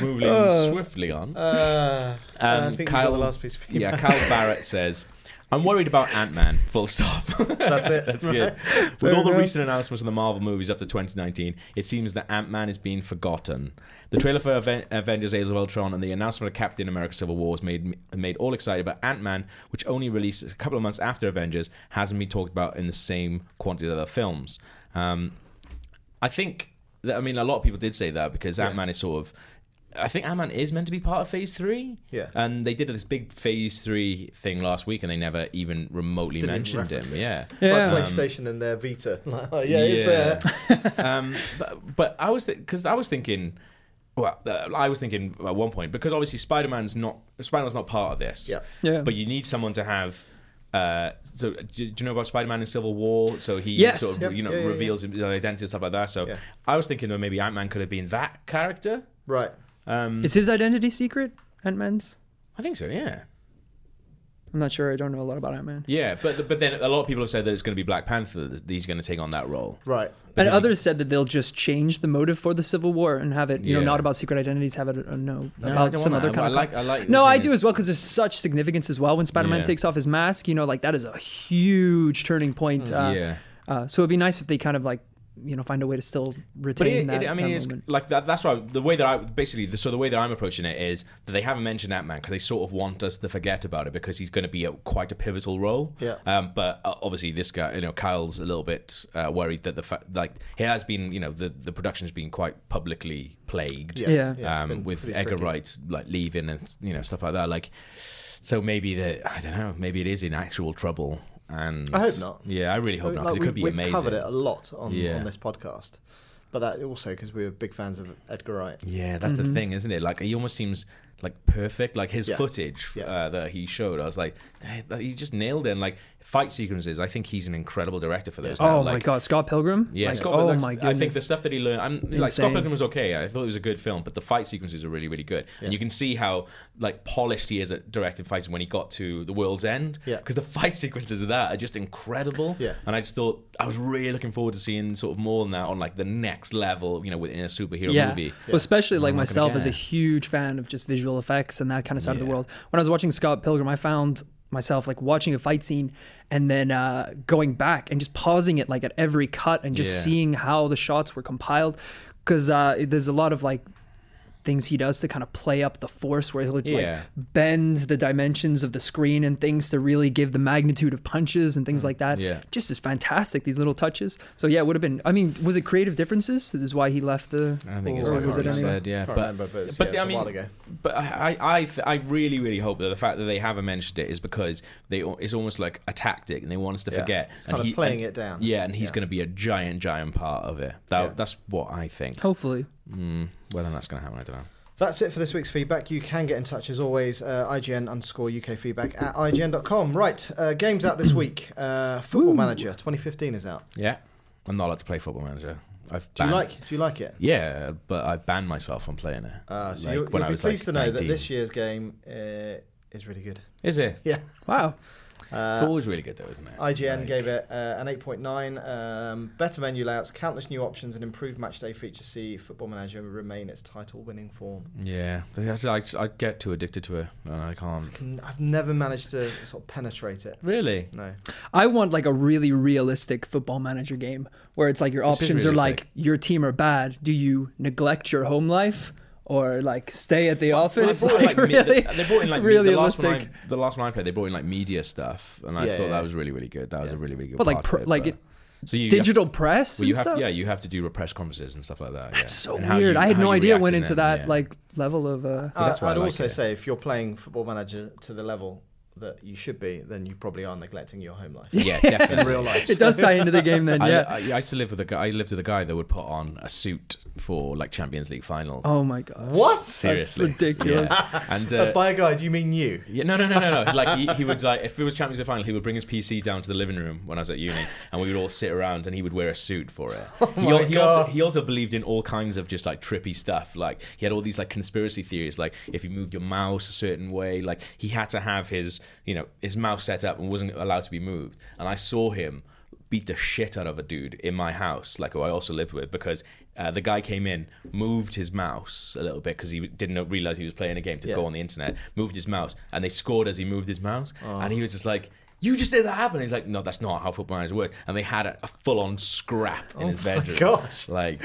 Moving swiftly on. Uh, I think Kyle, the last piece of Um, yeah, feedback. Kyle Barrett says, "I'm worried about Ant Man." Full stop. That's it. That's good. With Fair all the enough. recent announcements of the Marvel movies up to 2019, it seems that Ant Man is being forgotten. The trailer for Aven- Avengers: Age of Ultron and the announcement of Captain America: Civil War has made made all excited about Ant Man, which only released a couple of months after Avengers, hasn't been talked about in the same quantity of other films. Um, I think that I mean a lot of people did say that because Ant Man is sort of. I think Ant Man is meant to be part of Phase Three. Yeah. and they did this big Phase Three thing last week, and they never even remotely Didn't even mentioned reference him. Yeah, It's Yeah. like PlayStation and their Vita. Like, oh, yeah, it's there. um, but, but I was because I was thinking. Well, uh, I was thinking at one point because obviously Spider Man's not Spider Man's not part of this. Yeah. Yeah. But you need someone to have. Uh, so do, do you know about Spider Man in Civil War? So he Yes. sort of Yep. you know Yeah, yeah, yeah. reveals his identity and stuff like that. So Yeah. I was thinking that maybe Ant Man could have been that character. Right. Um, Is his identity secret? Ant Man's? I think so. Yeah. I'm not sure. I don't know a lot about Ant Man. Yeah, but but then a lot of people have said that it's going to be Black Panther that he's going to take on that role. Right. And others said that they'll just change the motive for the Civil War and have it, you know, Yeah. not about secret identities, have it, uh, no, I about don't some want other that. kind I of. like- I like the no, thing I do is- as well because there's such significance as well when Spider-Man Yeah. takes off his mask. You know, like that is a huge turning point. Uh, Mm, yeah. Uh, so it'd be nice if they kind of like, you know, find a way to still But retain it, that. it, I mean, that it's moment. like that, that's why the way that I basically the, so the way that I'm approaching it is that they haven't mentioned Ant Man because they sort of want us to forget about it because he's going to be a, quite a pivotal role. Yeah. Um, but uh, obviously, this guy, you know, Kyle's a little bit uh, worried that the fa- like he has been, you know, the the production's been quite publicly plagued. Yes. Yeah. it's um, been with pretty Edgar tricky. Wright like leaving and you know stuff like that. Like, so maybe that I don't know. Maybe it is in actual trouble. And I hope not. Yeah, I really hope not Like, because it we've, could be we've amazing. covered it a lot on, Yeah. on this podcast, but that also because we were big fans of Edgar Wright. Yeah, that's Mm-hmm. the thing, isn't it? Like he almost seems like perfect. Like his Yeah. footage Yeah. uh, that he showed, I was like, "Hey, that- he just nailed it. And like fight sequences, I think he's an incredible director for those. now. oh my Like, god, Scott Pilgrim. Yeah, Like, Scott oh Pilgrim's- my goodness. I think the stuff that he learned, I'm like Scott Insane. Pilgrim was okay. I thought it was a good film, but the fight sequences are really, really good, and you can see how like polished he is at directing fights when he got to The World's End. Yeah. because the fight sequences of that are just incredible. Yeah. and I just thought I was really looking forward to seeing sort of more than that on like the next level, you know, within a superhero yeah. movie. Well, especially like I'm not gonna myself as a get it. huge fan of just visual effects and that kind of side of the Yeah. world. When I was watching Scott Pilgrim, I found myself like watching a fight scene and then uh, going back and just pausing it like at every cut and just Yeah. seeing how the shots were compiled because uh, there's a lot of like things he does to kind of play up the force where he'll Yeah. like bend the dimensions of the screen and things to really give the magnitude of punches and things like that Mm. Yeah. just is fantastic these little touches so yeah it would have been i mean was it creative differences this is why he left the I don't think it's or like was it already anyway? said, yeah. Can't but remember, but it's- yeah, I it's a mean, while ago. but I, I, I, I really, really hope that the fact that they haven't mentioned it is because they al- it's almost like a tactic, and they want us to Yeah. forget. It's and kind of playing and- it down. Yeah, and he's Yeah. going to be a giant, giant part of it. That, Yeah. That's what I think. Hopefully. Mm, whether that's going to happen, I don't know. That's it for this week's feedback. You can get in touch as always, uh, IGN underscore UK feedback at IGN.com. Right, uh, games out this week. Uh, Football Manager 2015 is out. Yeah, I'm not allowed to play Football Manager. I've Do you banned- like Do you like it? Yeah, but I banned myself from playing it. Uh, so Like, you'll, when you'll I be was, pleased to like, know that 19. this year's game uh, is really good. Is it? Yeah. Wow. Uh, It's always really good though, isn't it? IGN Like- gave it uh, an 8.9. Um, better menu layouts, countless new options, and improved match day features see Football Manager remain its title winning form. Yeah, I, I, I get too addicted to it, and I can't. Can- I've never managed to sort of penetrate it. Really? No. I want like a really realistic football manager game where it's like your This is options are realistic. like your team are bad. Do you neglect your home life or like stay at the Well, office? They brought, in, like, me- really, they brought in like really really the last one. realistic. I, the last one I played, they brought in like media stuff, and I Yeah, thought yeah. that was really really good. That was a really really good. But, like, part pro- of it, like, but- it- so you Digital Have, press well, and you have stuff. yeah, you have to do repressed conferences and stuff like that. That's so weird. I had no idea it went into that like level of uh, But that's why I I'd like also it. say if you're playing Football Manager to the level that you should be, then you probably are neglecting your home life yeah, definitely. in real life. it does tie into the game then. I, Yeah. I, I used to live with a guy. I lived with a guy that would put on a suit for like Champions League finals. Oh my god. What? seriously, ridiculous. Yeah. And Uh, uh, by a guy, do you mean you? yeah, no, no, no, no, no. Like he, he would like if it was Champions League final, he would bring his PC down to the living room when I was at uni, and we would all sit around, and he would wear a suit for it. he, al- Oh my he also God. he also believed in all kinds of just like trippy stuff. Like he had all these like conspiracy theories, like if you moved your mouse a certain way, like he had to have his you know his mouse set up and wasn't allowed to be moved. And I saw him beat the shit out of a dude in my house, like who I also lived with, because uh, the guy came in, moved his mouse a little bit because he w- didn't know, realize he was playing a game to go on the internet, moved his mouse, and they scored as he moved his mouse, and he was just like. You just did that happen. And he's like, no, that's not how football managers work. And they had a, a full-on scrap in his bedroom. gosh. Like,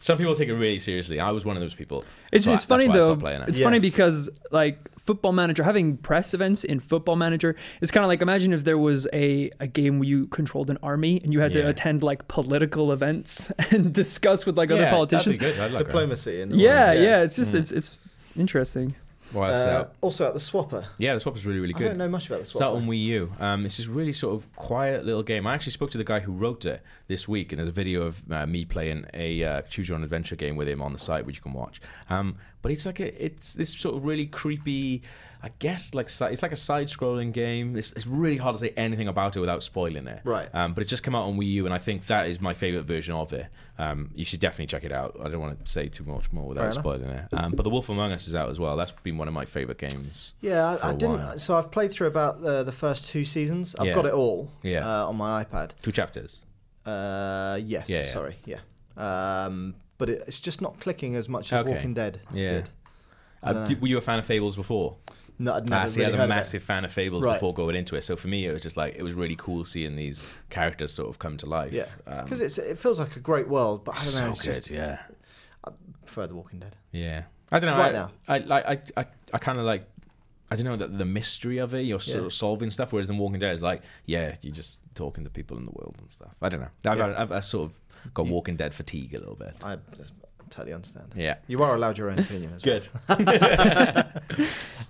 some people take it really seriously. I was one of those people. It's, So I- it's funny that's why I though. stopped playing it. It's funny Yes. because like Football Manager, having press events in Football Manager, it's kind of like imagine if there was a, a game where you controlled an army and you had to Yeah. attend like political events and discuss with like other Yeah, that'd be politicians. good. I'd like that. Diplomacy and Yeah, yeah, It's just Mm-hmm. it's it's interesting. What else is Uh, out? also at the Swapper. Yeah, the swap was really, really I good. don't know much about the It's out on Swapper. Wii U. Um, it's this really sort of quiet little game. I actually spoke to the guy who wrote it this week, and there's a video of uh, me playing a uh, choose your own adventure game with him on the site, which you can watch. Um, but it's like a, it's this sort of really creepy, I guess, like si- it's like a side-scrolling game. It's, it's really hard to say anything about it without spoiling it. Right. Um, but it just came out on Wii U, and I think that is my favorite version of it. Um, you should definitely check it out. I don't want to say too much more without enough. spoiling it. Um, but The Wolf Among Us is out as well. That's been one of my favorite games. Yeah, for I, I a didn't. while. So I've played through about the, the first two seasons. I've Yeah. got it all Yeah. uh, on my iPad. Two chapters. Uh, yes, Yeah, yeah. sorry, yeah. Um, but it, it's just not clicking as much as Okay. Walking Dead Yeah. did. I Uh, dunno. did- were you a fan of Fables before? No, I'd never Ah, see, really I was heard a of it. massive fan of Fables Right. before going into it. So for me, it was just like it was really cool seeing these characters sort of come to life. Yeah, Um, because it's it feels like a great world, but I don't know. so it's good. just yeah, prefer The Walking Dead. yeah. I don't know. Right I, now. I like. I I, I kind of like. I don't know the, the mystery of it. You're sort Yeah. of solving stuff, whereas in Walking Dead is like, yeah, you're just talking to people in the world and stuff. I don't know. I've, Yeah. I've, I've, sort of got Walking Dead fatigue a little bit. I just totally understand. Yeah. You are allowed your own opinion as well. Good.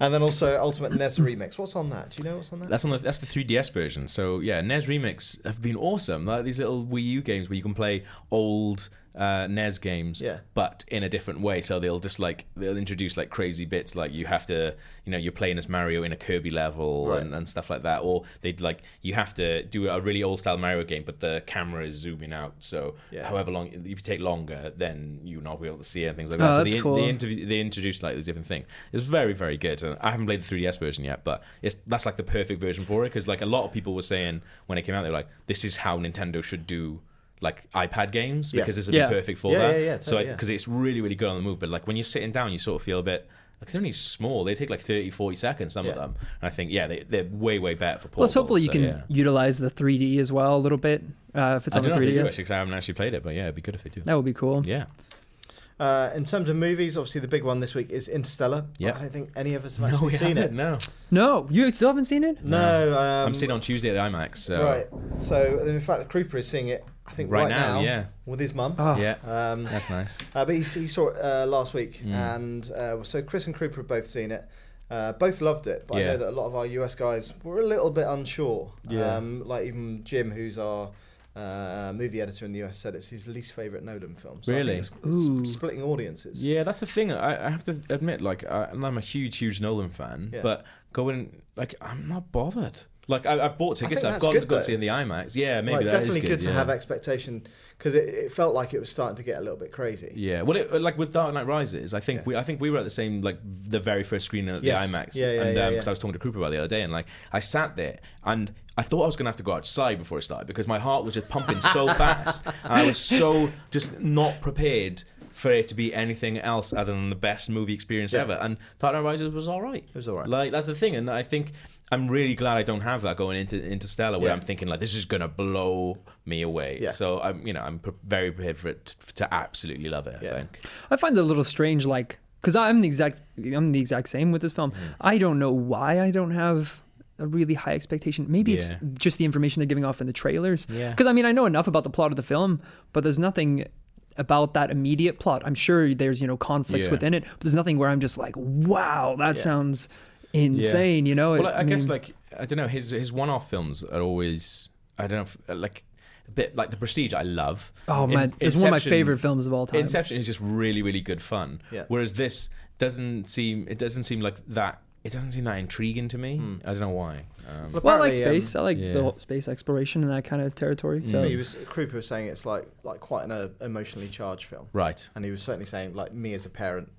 And then also Ultimate NES Remix. What's on that? Do you know what's on that? That's on the that's the 3DS version. So yeah, NES Remix have been awesome. Like these little Wii U games where you can play old uh, NES games, Yeah. but in a different way. So they'll just like they'll introduce like crazy bits, like you have to, you know, you're playing as Mario in a Kirby level Right. and, and stuff like that. Or they'd like you have to do a really old style Mario game, but the camera is zooming out. So Yeah. however long, if you take longer, then you will not be able to see it and things like Oh, that. so that's they, cool. they interview, they introduced like this different thing. It's very very good. And I haven't played the 3DS version yet, but it's that's like the perfect version for it because like a lot of people were saying when it came out, they were like, "This is how Nintendo should do." Like iPad games because Yes. this would Yeah. be perfect for Yeah, that. yeah, yeah, totally, so yeah. because it's really really good on the move, but like when you're sitting down, you sort of feel a bit. Like it's only small. They take like 30, 40 seconds. Some of Yeah. them. And I think yeah, they, they're way way better for. Portable, Plus, hopefully you so, can yeah. utilize the 3D as well a little bit uh, if it's I on the don't know if they do 3D. actually 'cause I haven't actually played it, but yeah, it'd be good if they do. That would be cool. Yeah. Uh, in terms of movies, obviously the big one this week is Interstellar. Yeah. I don't think any of us have actually seen it. No. No, you still haven't seen it? No. Um, I'm seeing it on Tuesday at IMAX. So. Right. So in fact, the Creeper is seeing it. I think right, Right now, yeah. Ah. With his mum. Oh. Yeah. Um, That's nice. Uh, but he, he saw it uh, last week, Hmm. and uh, so Chris and Cooper have both seen it. Uh, both loved it, but I Yeah. know that a lot of our US guys were a little bit unsure. Yeah. Um, like even Jim, who's our uh, movie editor in the US, said it's his least favorite Nolan film. So I think Really? it's- it's Ooh. splitting audiences. Yeah, that's the thing. I, I have to admit, like, I, and I'm a huge, huge Nolan fan, Yeah. but going like I'm not bothered. Like, I, I've bought tickets. think I've that's gone good, to go though. see in the IMAX. Yeah, maybe Like, that is definitely good, to yeah. have expectation because it, it felt like it was starting to get a little bit crazy. Yeah, well, it, uh, like with Dark Knight Rises, I think Yeah. we, I think we were at the same like the very first screening at Yes. the IMAX, Yeah, yeah, and yeah, um, yeah. 'cause I was talking to Cooper about it the other day, and like I sat there and I thought I was gonna have to go outside before it started because my heart was just pumping so fast, and I was so just not prepared for it to be anything else other than the best movie experience Yeah. ever. And Dark Knight Rises was all right. It was all right. Like that's the thing, and I think. I'm really glad I don't have that going into Interstellar, where Yeah. I'm thinking like this is gonna blow me away. Yeah. So I'm, you know, I'm pre- very prepared for it to, to absolutely love it. Yeah. I think. I find it a little strange, like, because I'm the exact, I'm the exact same with this film. Mm-hmm. I don't know why I don't have a really high expectation. Maybe it's Yeah. just the information they're giving off in the trailers. Yeah. Because I mean, I know enough about the plot of the film, but there's nothing about that immediate plot. I'm sure there's you know conflicts Yeah. within it, but there's nothing where I'm just like, wow, that Yeah. sounds insane. You know? Well, I, I guess Oh, mean, like I don't know. His his one off films are always I don't know if, like a bit like The Prestige. I love. Oh In- man, it's one of my Inception- favorite films of all time. Inception is just really, really good fun. Yeah. Whereas this doesn't seem. It doesn't seem like that. It doesn't seem that intriguing to me. Hmm. I don't know why. Um, well, I like Apparently, um, space. I like yeah. the whole space exploration and that kind of territory. So He was Krupa was saying it's like like quite an uh, emotionally charged film, right. and he was certainly saying like me as a parent,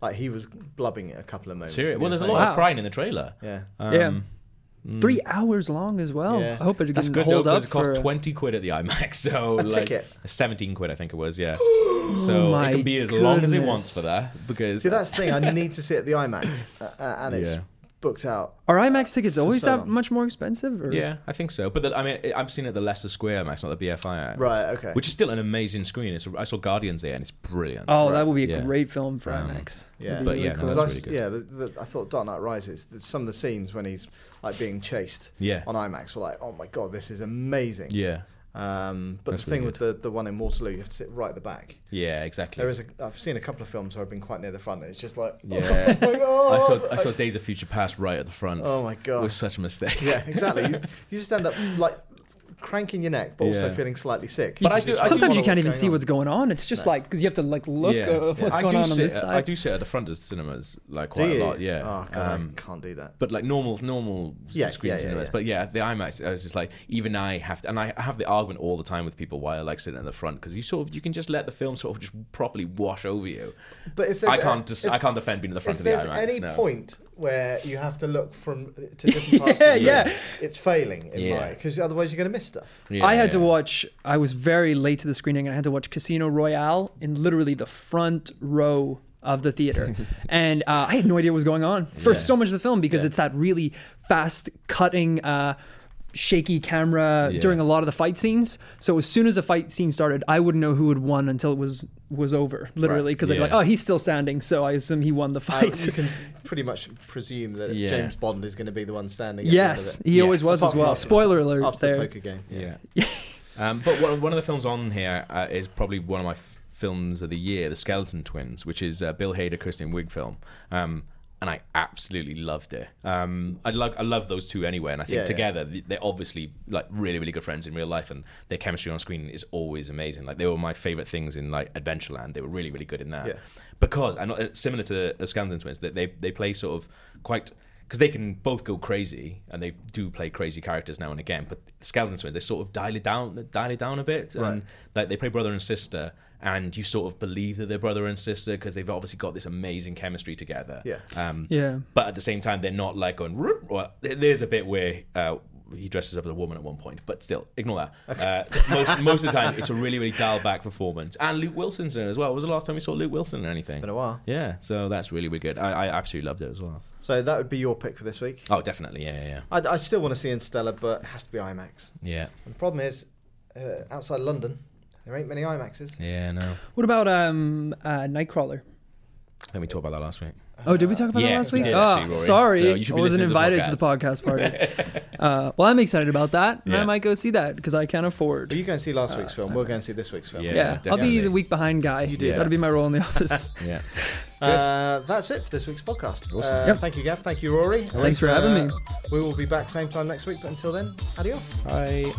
like he was blubbing at a couple of moments. Serious. and Well, he was there's a saying- lot Wow. of crying in the trailer. Yeah, Yeah. mm. three hours long as well. Yeah. I hope it That's can good hold though, up 'cause it cost for- twenty quid at the IMAX, so A like ticket. Oh seventeen quid, I think it was. Yeah, so my it can be as long as it goodness. wants for that because see that's the thing. I need to see it at the IMAX, uh, uh, and it's Yeah. booked out. Are IMAX tickets always so that long. much more expensive? Or? uh, yeah, I think so. But the, I mean, i have seen it at the Leicester Square IMAX, not the BFI IMAX, Right, okay. Which is still an amazing screen. It's, I saw Guardians there, and it's brilliant. Oh, that would be a Yeah. great film for Um, IMAX. yeah. That'd be But really yeah, no, cool. Because that's I, really s- good. yeah, the, the, I thought Dark Knight Rises. th- Some of the scenes when he's like being chased Yeah. on IMAX were like, oh my god, this is amazing. yeah, Um, but That's the thing really with the, the one in Waterloo, you have to sit right at the back. yeah, exactly. There is a, I've seen a couple of films where I've been quite near the front. And it's just like, Yeah. oh my god. I saw I saw Days of Future Past right at the front. Oh my it was god. such a mistake. Yeah, exactly. You, you just end up like cranking your neck, but also Yeah. feeling slightly sick. But I because do- you're I just like, Sometimes you "What can't the even hell's see going what's on?" going on. It's just like because you have to like look Yeah. uh, what's I going do on sit, on this side. I do sit at the front of cinemas like Do quite you? a lot. Yeah. Oh god, Um, I can't do that. but like normal normal Yeah, screen yeah, yeah, cinemas. yeah. But yeah, the IMAX I was just like even I have to, and I have the argument all the time with people why I like sitting in the front because you sort of you can just let the film sort of just properly wash over you. But if there's I can't a- dis- if- I can't defend being in the front If of the there's IMAX. any no. point where you have to look from to different parts Yeah, of the screen, yeah. it's failing in Yeah. my because otherwise you're going to miss stuff. Yeah, I had to yeah. watch. I was very late to the screening, and I had to watch Casino Royale in literally the front row of the theater, and uh, I had no idea what was going on for so much of the film because it's that really fast cutting. Uh, shaky camera Yeah. during a lot of the fight scenes so as soon as a fight scene started i wouldn't know who had won until it was was over literally because i'd be Yeah. Oh, like oh he's still standing so i assume he won the Uh, fight you can pretty much presume that Yeah. James Bond is going to be the one standing. at the end of yes it. he always Yes. was Apart as from well after- spoiler alert after there the poker game. Yeah. um, but one, one of the films on here uh, is probably one of my f- films of the year, The Skeleton Twins, which is uh, Bill Hader, Christian Wig film. Um, and I absolutely loved it. Um, I love I love those two anyway, and I think Yeah, yeah. together th- they're obviously like really really good friends in real life, and their chemistry on screen is always amazing. Like they were my favorite things in like Adventureland. They were really really good in that Yeah. because and uh, similar to the, the Skeleton Twins, that they they play sort of quite because they can both go crazy and they do play crazy characters now and again. But Skeleton Twins, they sort of dial it down, they dial it down a bit, Right. and like they play brother and sister, and you sort of believe that they're brother and sister because they've obviously got this amazing chemistry together. Yeah. Um, yeah but at the same time, they're not like going. "Roop," Well, there- there's a bit where uh, he dresses up as a woman at one point, but still, ignore that. Uh, most, most of the time, it's a really, really dialed back performance. And Luke Wilson's in it as well. When was the last time we saw Luke Wilson or anything? Been a while. Yeah, so that's really, really good. I, I absolutely loved it as well. So that would be your pick for this week. Oh, definitely. Yeah, yeah, I, I still want to see Interstellar, but it has to be IMAX. yeah. And the problem is, uh, outside London, there ain't many IMAXs. Yeah, yeah no. what about um uh nightcrawler I think we talked about that last week. Oh, did we talk about that yeah, last we week? did Ah, actually, Rory. sorry, So you should I be wasn't listening to the invited to the podcast party. uh, well, I'm excited about that, and I Yeah. might go see that because I can't afford. Well, you go and see last week's film. We'll go and see this week's film. Yeah. Ah, yeah, I'll be definitely. the week behind guy. You You do do. that. That'll be my role in the office. Yeah. Uh, that's it for this week's podcast. Awesome. Uh, Yep. Thank you, Gav. Thank you, Rory. uh, Thanks for having me. We will be back same time next week, but until then, adios. I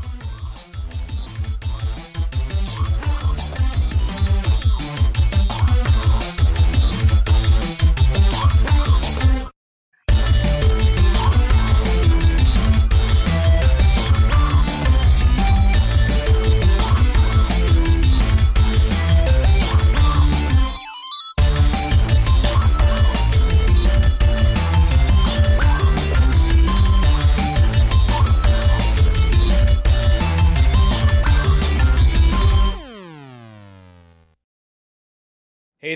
Hey